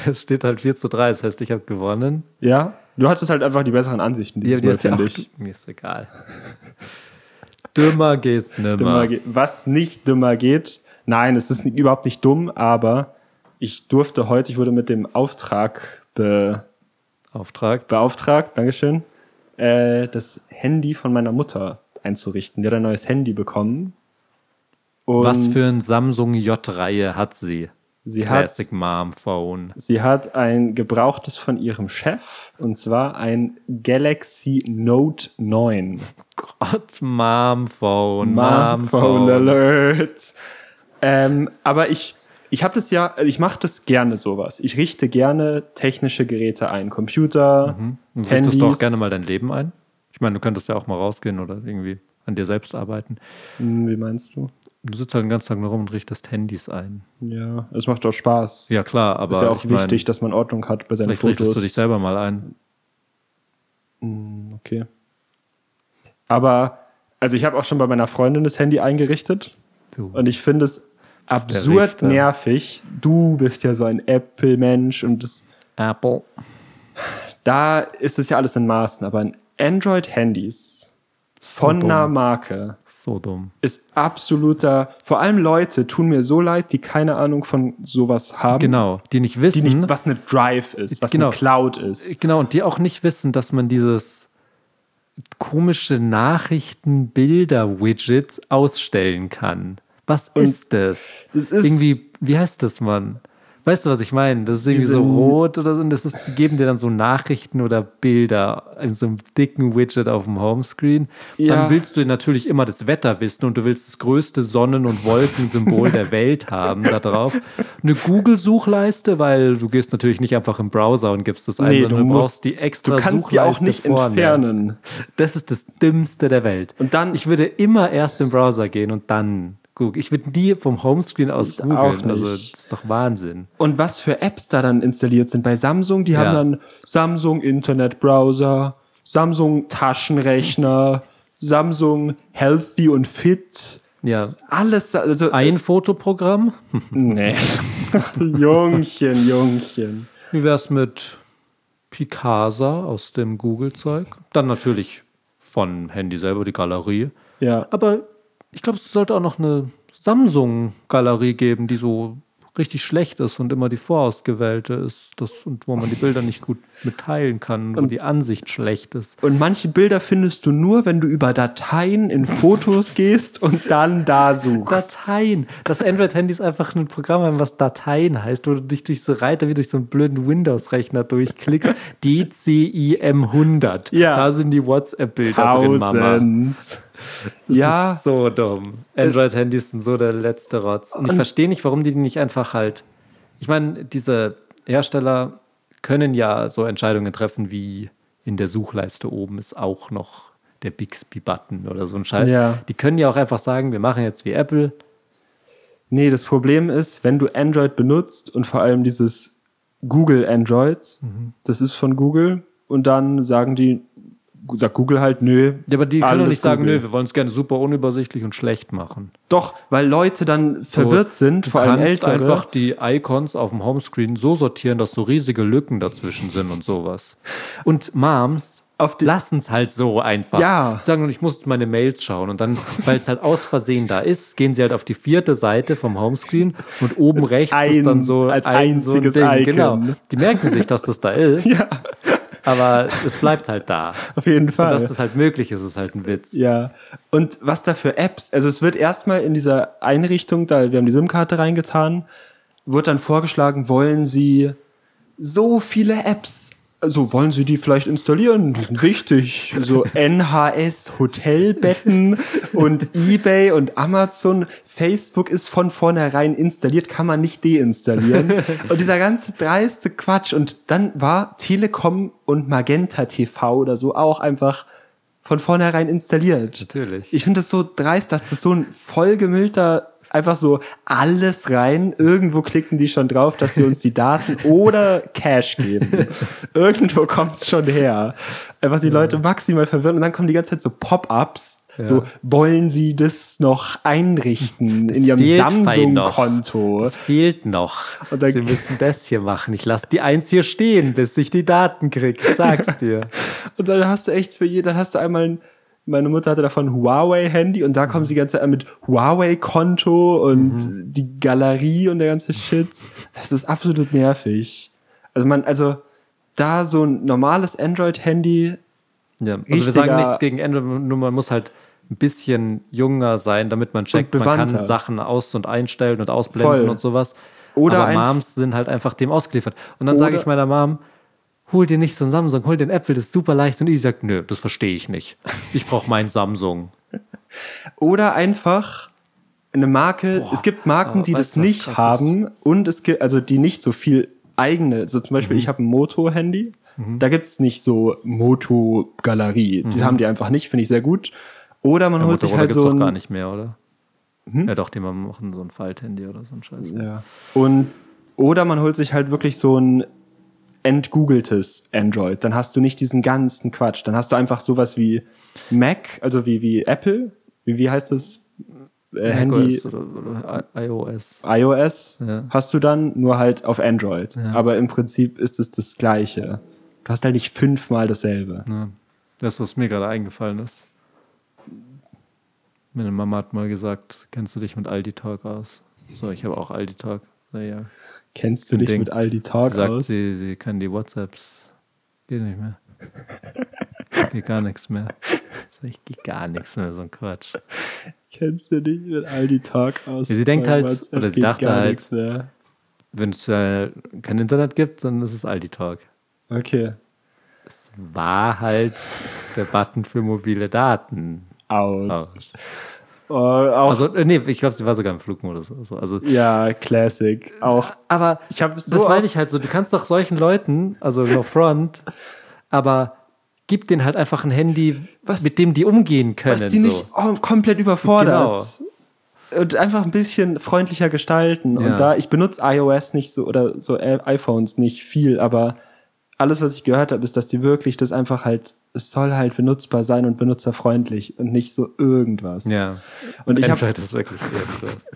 S1: Es steht halt 4 zu 3, das heißt, ich habe gewonnen.
S2: Ja? Du hattest halt einfach die besseren Ansichten dieses Mal,
S1: ja
S2: finde ich.
S1: mir ist egal. [laughs] Dümmer geht's nimmer.
S2: Dümmer geht, was nicht dümmer geht. Nein, es ist nicht, überhaupt nicht dumm, aber ich durfte heute, ich wurde mit dem Auftrag be,
S1: Auftrag.
S2: beauftragt, Dankeschön, äh, das Handy von meiner Mutter einzurichten. Die hat ein neues Handy bekommen. Und
S1: Was für ein Samsung J-Reihe hat sie?
S2: sie hat,
S1: Classic Mom Phone.
S2: sie hat ein gebrauchtes von ihrem Chef und zwar ein Galaxy Note 9.
S1: Gott, Mom Phone. Mom,
S2: Mom Phone
S1: Phone.
S2: Alert. Ähm, aber ich, ich habe das ja, also ich mache das gerne sowas. Ich richte gerne technische Geräte ein, Computer,
S1: Mhm. Und
S2: Handys.
S1: richtest du auch gerne mal dein Leben ein? Ich meine, du könntest ja auch mal rausgehen oder irgendwie an dir selbst arbeiten.
S2: Hm, Wie meinst du?
S1: Du sitzt halt den ganzen Tag nur rum und richtest Handys ein.
S2: Ja, es macht auch Spaß.
S1: Ja, klar, aber
S2: Ist ja auch
S1: ich meine,
S2: wichtig, dass man Ordnung hat bei seinen
S1: vielleicht
S2: Fotos.
S1: richtest du dich selber mal ein.
S2: Okay. Aber, also ich habe auch schon bei meiner Freundin das Handy eingerichtet
S1: Du.
S2: und ich finde es
S1: der
S2: absurd
S1: Richter.
S2: nervig. Du bist ja so ein Apple-Mensch und das
S1: Apple.
S2: da ist es ja alles in Maßen, aber in Android-Handys von
S1: dumm.
S2: einer Marke
S1: So dumm.
S2: ist absoluter, vor allem Leute tun mir so leid, die keine Ahnung von sowas haben.
S1: Genau, die nicht wissen,
S2: Die nicht, was eine Drive ist, was
S1: Genau.
S2: eine Cloud ist.
S1: genau, und die auch nicht wissen, dass man dieses komische Nachrichten-Bilder-Widget ausstellen kann. Was ist das?
S2: das ist-
S1: irgendwie, wie heißt das, Mann? Weißt du, was ich meine? Das ist irgendwie
S2: Diese-
S1: so rot oder so. Und das ist, die geben dir dann so Nachrichten oder Bilder in so einem dicken Widget auf dem Homescreen.
S2: Ja.
S1: Dann willst du natürlich immer das Wetter wissen und du willst das größte Sonnen- und
S2: [laughs]
S1: Wolkensymbol der Welt haben da drauf. Eine Google-Suchleiste, weil du gehst natürlich nicht einfach im Browser und gibst das ein,
S2: Nee,
S1: sondern
S2: du
S1: Also du
S2: musst-
S1: brauchst die extra
S2: du kannst die auch
S1: Suchleiste
S2: nicht
S1: vorne.
S2: entfernen.
S1: Das ist das Dümmste der Welt.
S2: Und dann-
S1: Ich würde immer erst im Browser gehen und dann googeln. Ich würde nie vom Homescreen aus googeln.
S2: auch nicht.
S1: Also, das ist doch Wahnsinn.
S2: Und was für Apps da dann installiert sind. Bei Samsung, die haben dann Samsung Internetbrowser, Samsung Taschenrechner, Samsung Healthy und Fit.
S1: Ja.
S2: Alles, also
S1: Ein Fotoprogramm.
S2: Nee. [laughs] Jungchen, Jungchen.
S1: Wie wär's mit Picasa aus dem Google-Zeug? Dann natürlich von Handy selber die Galerie.
S2: Ja.
S1: Aber ich glaube, es sollte auch noch eine Samsung-Galerie geben, die so richtig schlecht ist und immer die vorausgewählte ist das, und wo man die Bilder nicht gut mitteilen kann, wo die Ansicht schlecht ist.
S2: Und manche Bilder findest du nur, wenn du über Dateien in Fotos gehst und dann da suchst.
S1: Dateien. Das Android-Handy ist einfach ein Programm, haben, was Dateien heißt, wo du dich durch so Reiter wie durch so einen blöden Windows-Rechner durchklickst. DCIM100.
S2: Ja.
S1: Da sind die WhatsApp-Bilder drin, Mama.
S2: Tausend.
S1: Das
S2: Ja.
S1: ist so dumm. Android-Handys sind so der letzte Rotz. Und ich verstehe nicht, warum die die nicht einfach halt. Ich meine, diese Hersteller können ja so Entscheidungen treffen, wie in der Suchleiste oben ist auch noch der Bixby-Button oder so ein Scheiß.
S2: Ja.
S1: Die können ja auch einfach sagen, wir machen jetzt wie Apple.
S2: Nee, das Problem ist, wenn du Android benutzt und vor allem dieses Google Android,
S1: Mhm.
S2: das ist von Google, und dann sagen die, sagt Google halt, nö.
S1: Ja, aber die können doch
S2: alles
S1: nicht sagen,
S2: Google.
S1: nö, wir wollen es gerne super unübersichtlich und schlecht machen.
S2: Doch, weil Leute dann verwirrt sind,
S1: du
S2: vor allem
S1: kannst
S2: ältere.
S1: einfach die Icons auf dem Homescreen so sortieren, dass so riesige Lücken dazwischen sind und sowas. Und Moms
S2: Auf die-
S1: lassen es halt so einfach.
S2: Ja.
S1: Die Sagen, ich muss meine Mails schauen und dann, weil es halt aus Versehen da ist, gehen sie halt auf die vierte Seite vom Homescreen und oben rechts
S2: ein-
S1: ist dann so
S2: als
S1: ein so ein
S2: einziges
S1: Ding.
S2: Icon.
S1: Genau. Die merken sich, dass das da ist.
S2: [laughs] Ja.
S1: aber es bleibt halt da.
S2: [laughs] Auf jeden
S1: Und
S2: Fall.
S1: dass das halt möglich ist, ist halt ein Witz.
S2: Ja. Und was da für Apps? Also es wird erstmal in dieser Einrichtung, da wir haben die SIM-Karte reingetan, wird dann vorgeschlagen, wollen Sie so viele Apps? Also wollen Sie die vielleicht installieren? Die sind wichtig. [laughs] So NHS, Hotelbetten und eBay und Amazon. Facebook ist von vornherein installiert, kann man nicht [laughs] deinstallieren. Und dieser ganze dreiste Quatsch. Und dann war Telekom und Magenta TV oder so auch einfach von vornherein installiert.
S1: Natürlich.
S2: Ich finde das so dreist, dass das so ein vollgemüllter, einfach so alles rein, irgendwo klicken die schon drauf, dass sie uns die
S1: [laughs]
S2: Daten oder Cash geben. Irgendwo kommt's schon her. Einfach die Leute maximal verwirren und dann kommen die ganze Zeit so Pop-ups. So, wollen Sie das noch einrichten in Ihrem
S1: fehlt bei noch.
S2: Samsung-Konto?
S1: Das fehlt noch.
S2: Und dann-
S1: Sie müssen das hier machen. Ich lasse die Eins hier stehen, bis ich die Daten kriege. Ich sag's
S2: [laughs]
S1: dir.
S2: Und dann hast du echt für je, dann hast du einmal ein, meine Mutter hatte davon ein Huawei-Handy und da kommen sie die ganze Zeit an mit Huawei-Konto und die Galerie und der ganze Shit. Das ist absolut nervig. Also man, also da so ein normales Android-Handy,
S1: Ja, also wir sagen
S2: Richtiger-
S1: nichts gegen Android, nur man muss halt ein bisschen jünger sein, damit man checkt,
S2: Und
S1: man kann
S2: bewandter.
S1: Sachen aus- und einstellen und ausblenden
S2: Voll.
S1: und sowas.
S2: Oder
S1: Aber
S2: einf-
S1: Moms sind halt einfach dem ausgeliefert. Und dann sage
S2: Oder-
S1: ich meiner Mom, hol dir nicht so ein Samsung, hol dir ein Apple, das ist super leicht. Und die sagt, nö, das verstehe ich nicht. Ich brauche meinen Samsung.
S2: oder einfach eine Marke. es gibt Marken,
S1: aber
S2: die
S1: weißt
S2: das
S1: du, was
S2: nicht
S1: krass ist?
S2: haben und es gibt, also die nicht so viel eigene. So zum Beispiel,
S1: Mhm.
S2: ich habe ein Moto-Handy. Da gibt's nicht so Moto-Galerie. Die haben die einfach nicht, finde ich sehr gut. Oder man
S1: Mhm. Ja,
S2: holt sich
S1: Motorola
S2: halt
S1: gibt's
S2: so
S1: doch gar
S2: ein, Hm?
S1: nicht mehr, oder? Ja, doch, die man machen so ein Falthandy oder so ein Scheiß.
S2: ja. und oder man holt sich halt wirklich so ein entgoogeltes Android. Dann hast du nicht diesen ganzen Quatsch. Dann hast du einfach sowas wie Mac, also wie wie Apple. Wie, wie heißt das? Äh, Handy,
S1: macOS oder, oder I- iOS.
S2: iOS
S1: Ja.
S2: hast du dann, nur halt auf Android. Aber im Prinzip ist es das Gleiche. Du hast halt nicht fünfmal dasselbe.
S1: Ja. Das, was mir gerade eingefallen ist. Meine Mama hat mal gesagt, kennst du dich mit Aldi Talk aus? So, ich habe auch Aldi Talk. Naja,
S2: Kennst du
S1: ein
S2: dich
S1: Ding.
S2: mit Aldi Talk
S1: sie sagt,
S2: aus?
S1: Sie, sie kann die WhatsApps. Geht nicht
S2: [laughs]
S1: mehr. Geht gar nichts mehr. Sag Ich geht gar nichts mehr, so ein Quatsch.
S2: Kennst du dich mit Aldi Talk aus?
S1: Ja, sie denkt
S2: Bei
S1: halt,
S2: WhatsApp
S1: oder sie
S2: geht
S1: dachte
S2: gar
S1: halt-
S2: nichts mehr.
S1: Wenn es äh, kein Internet gibt, dann ist es Aldi Talk.
S2: Okay.
S1: War halt der Button für mobile Daten.
S2: Aus.
S1: Aus.
S2: Oh, auch,
S1: Also, äh, nee, ich glaube, sie war sogar im Flugmodus. Also, also
S2: ja, Classic. Auch.
S1: Aber
S2: Ich hab so
S1: das
S2: oft-
S1: meine ich halt so. Du kannst doch solchen Leuten, also no front, aber gib denen halt einfach ein Handy,
S2: Was-
S1: mit dem die umgehen können.
S2: Was die
S1: so.
S2: nicht oh, komplett überfordert. Genau. Und einfach ein bisschen freundlicher gestalten.
S1: Ja.
S2: Und da, ich benutze iOS nicht so oder so i- iPhones nicht viel, aber alles, was ich gehört habe, ist, dass die wirklich das einfach halt, es soll halt benutzbar sein und benutzerfreundlich und nicht so irgendwas.
S1: Ja.
S2: Und ich habe
S1: Android ist wirklich
S2: [laughs]
S1: irgendwas.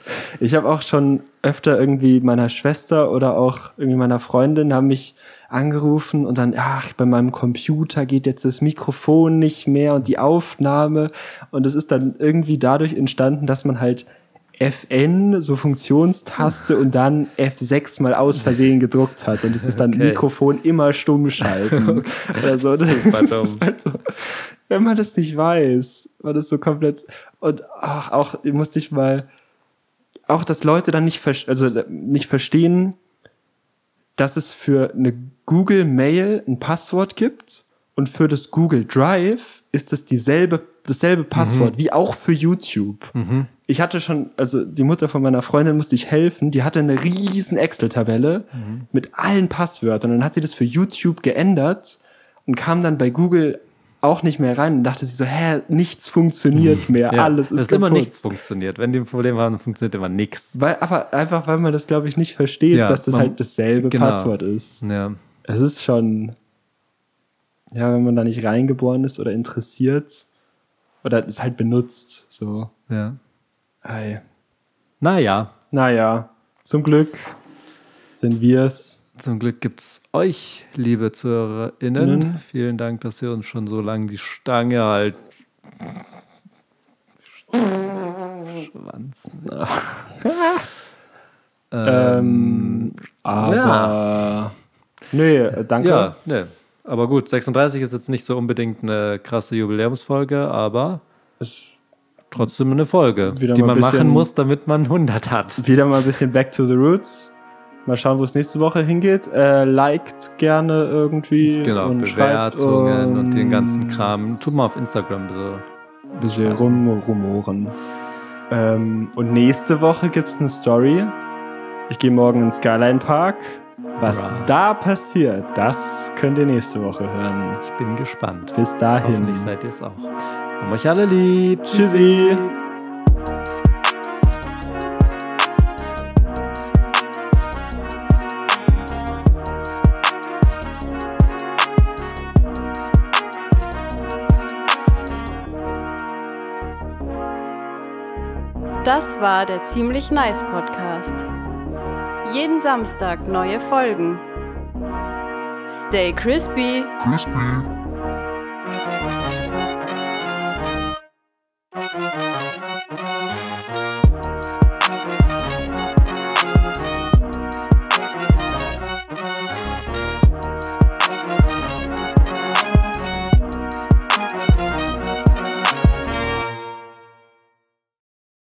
S2: ich habe auch schon öfter irgendwie meiner Schwester oder auch irgendwie meiner Freundin haben mich angerufen und dann, ach, bei meinem Computer geht jetzt das Mikrofon nicht mehr und die Aufnahme. Und es ist dann irgendwie dadurch entstanden, dass man halt FN, so Funktionstaste und dann F6 mal aus Versehen gedruckt hat. Und es ist dann
S1: Okay.
S2: Mikrofon immer stumm schalten.
S1: [laughs]
S2: Oder so. Das
S1: Super
S2: ist
S1: dumm.
S2: halt so, wenn man das nicht weiß, war das so komplett. Und ach, auch musste ich mal auch, dass Leute dann nicht, ver also, äh, nicht verstehen, dass es für eine Google Mail ein Passwort gibt und für das Google Drive ist es dieselbe, dasselbe Passwort,
S1: Mhm.
S2: wie auch für YouTube. Ich hatte schon, also die Mutter von meiner Freundin musste ich helfen, die hatte eine riesen Excel-Tabelle
S1: Mhm.
S2: mit allen Passwörtern und dann hat sie das für YouTube geändert und kam dann bei Google auch nicht mehr rein und dachte sie so, hä, nichts
S1: [laughs]
S2: funktioniert mehr,
S1: Ja,
S2: alles ist
S1: dass immer
S2: kaputt.
S1: nichts funktioniert. Wenn die ein Problem haben, funktioniert immer nichts.
S2: Weil, aber einfach, weil man das, glaube ich, nicht versteht,
S1: Ja,
S2: dass das
S1: man-
S2: halt dasselbe
S1: genau.
S2: Passwort ist.
S1: Ja.
S2: Es ist schon, ja, wenn man da nicht reingeboren ist oder interessiert oder es halt benutzt, so.
S1: ja.
S2: Ei.
S1: Naja,
S2: Naja, zum Glück sind wir es.
S1: zum Glück gibt es euch, liebe ZuhörerInnen.
S2: Mhm.
S1: Vielen Dank, dass ihr uns schon so lange die Stange halt.
S2: [laughs]
S1: Schwanz.
S2: Ähm, aber, nee, danke.
S1: Ja, ne. Aber gut, 36 ist jetzt nicht so unbedingt eine krasse Jubiläumsfolge, aber
S2: Ist
S1: trotzdem eine Folge,
S2: Wieder
S1: die
S2: mal
S1: man
S2: ein bisschen-
S1: machen muss, damit man 100 hat.
S2: wieder mal ein bisschen back to the roots. Mal schauen, wo es nächste Woche hingeht. Äh, liked gerne irgendwie.
S1: Genau,
S2: und schreibt
S1: Bewertungen und den ganzen
S2: uns
S1: Kram. Tut mal auf Instagram so.
S2: Ein bisschen rumrumoren. Ähm, und nächste Woche gibt's eine Story. Ich gehe morgen in Skyline Park. Was da passiert, das könnt ihr nächste Woche hören.
S1: Ich bin gespannt.
S2: Bis dahin.
S1: Hoffentlich seid ihr es auch. Haben euch alle lieb.
S2: Tschüssi.
S5: Das war der Ziemlich Nice Podcast. Jeden Samstag neue Folgen. Stay crispy!
S4: Crispy.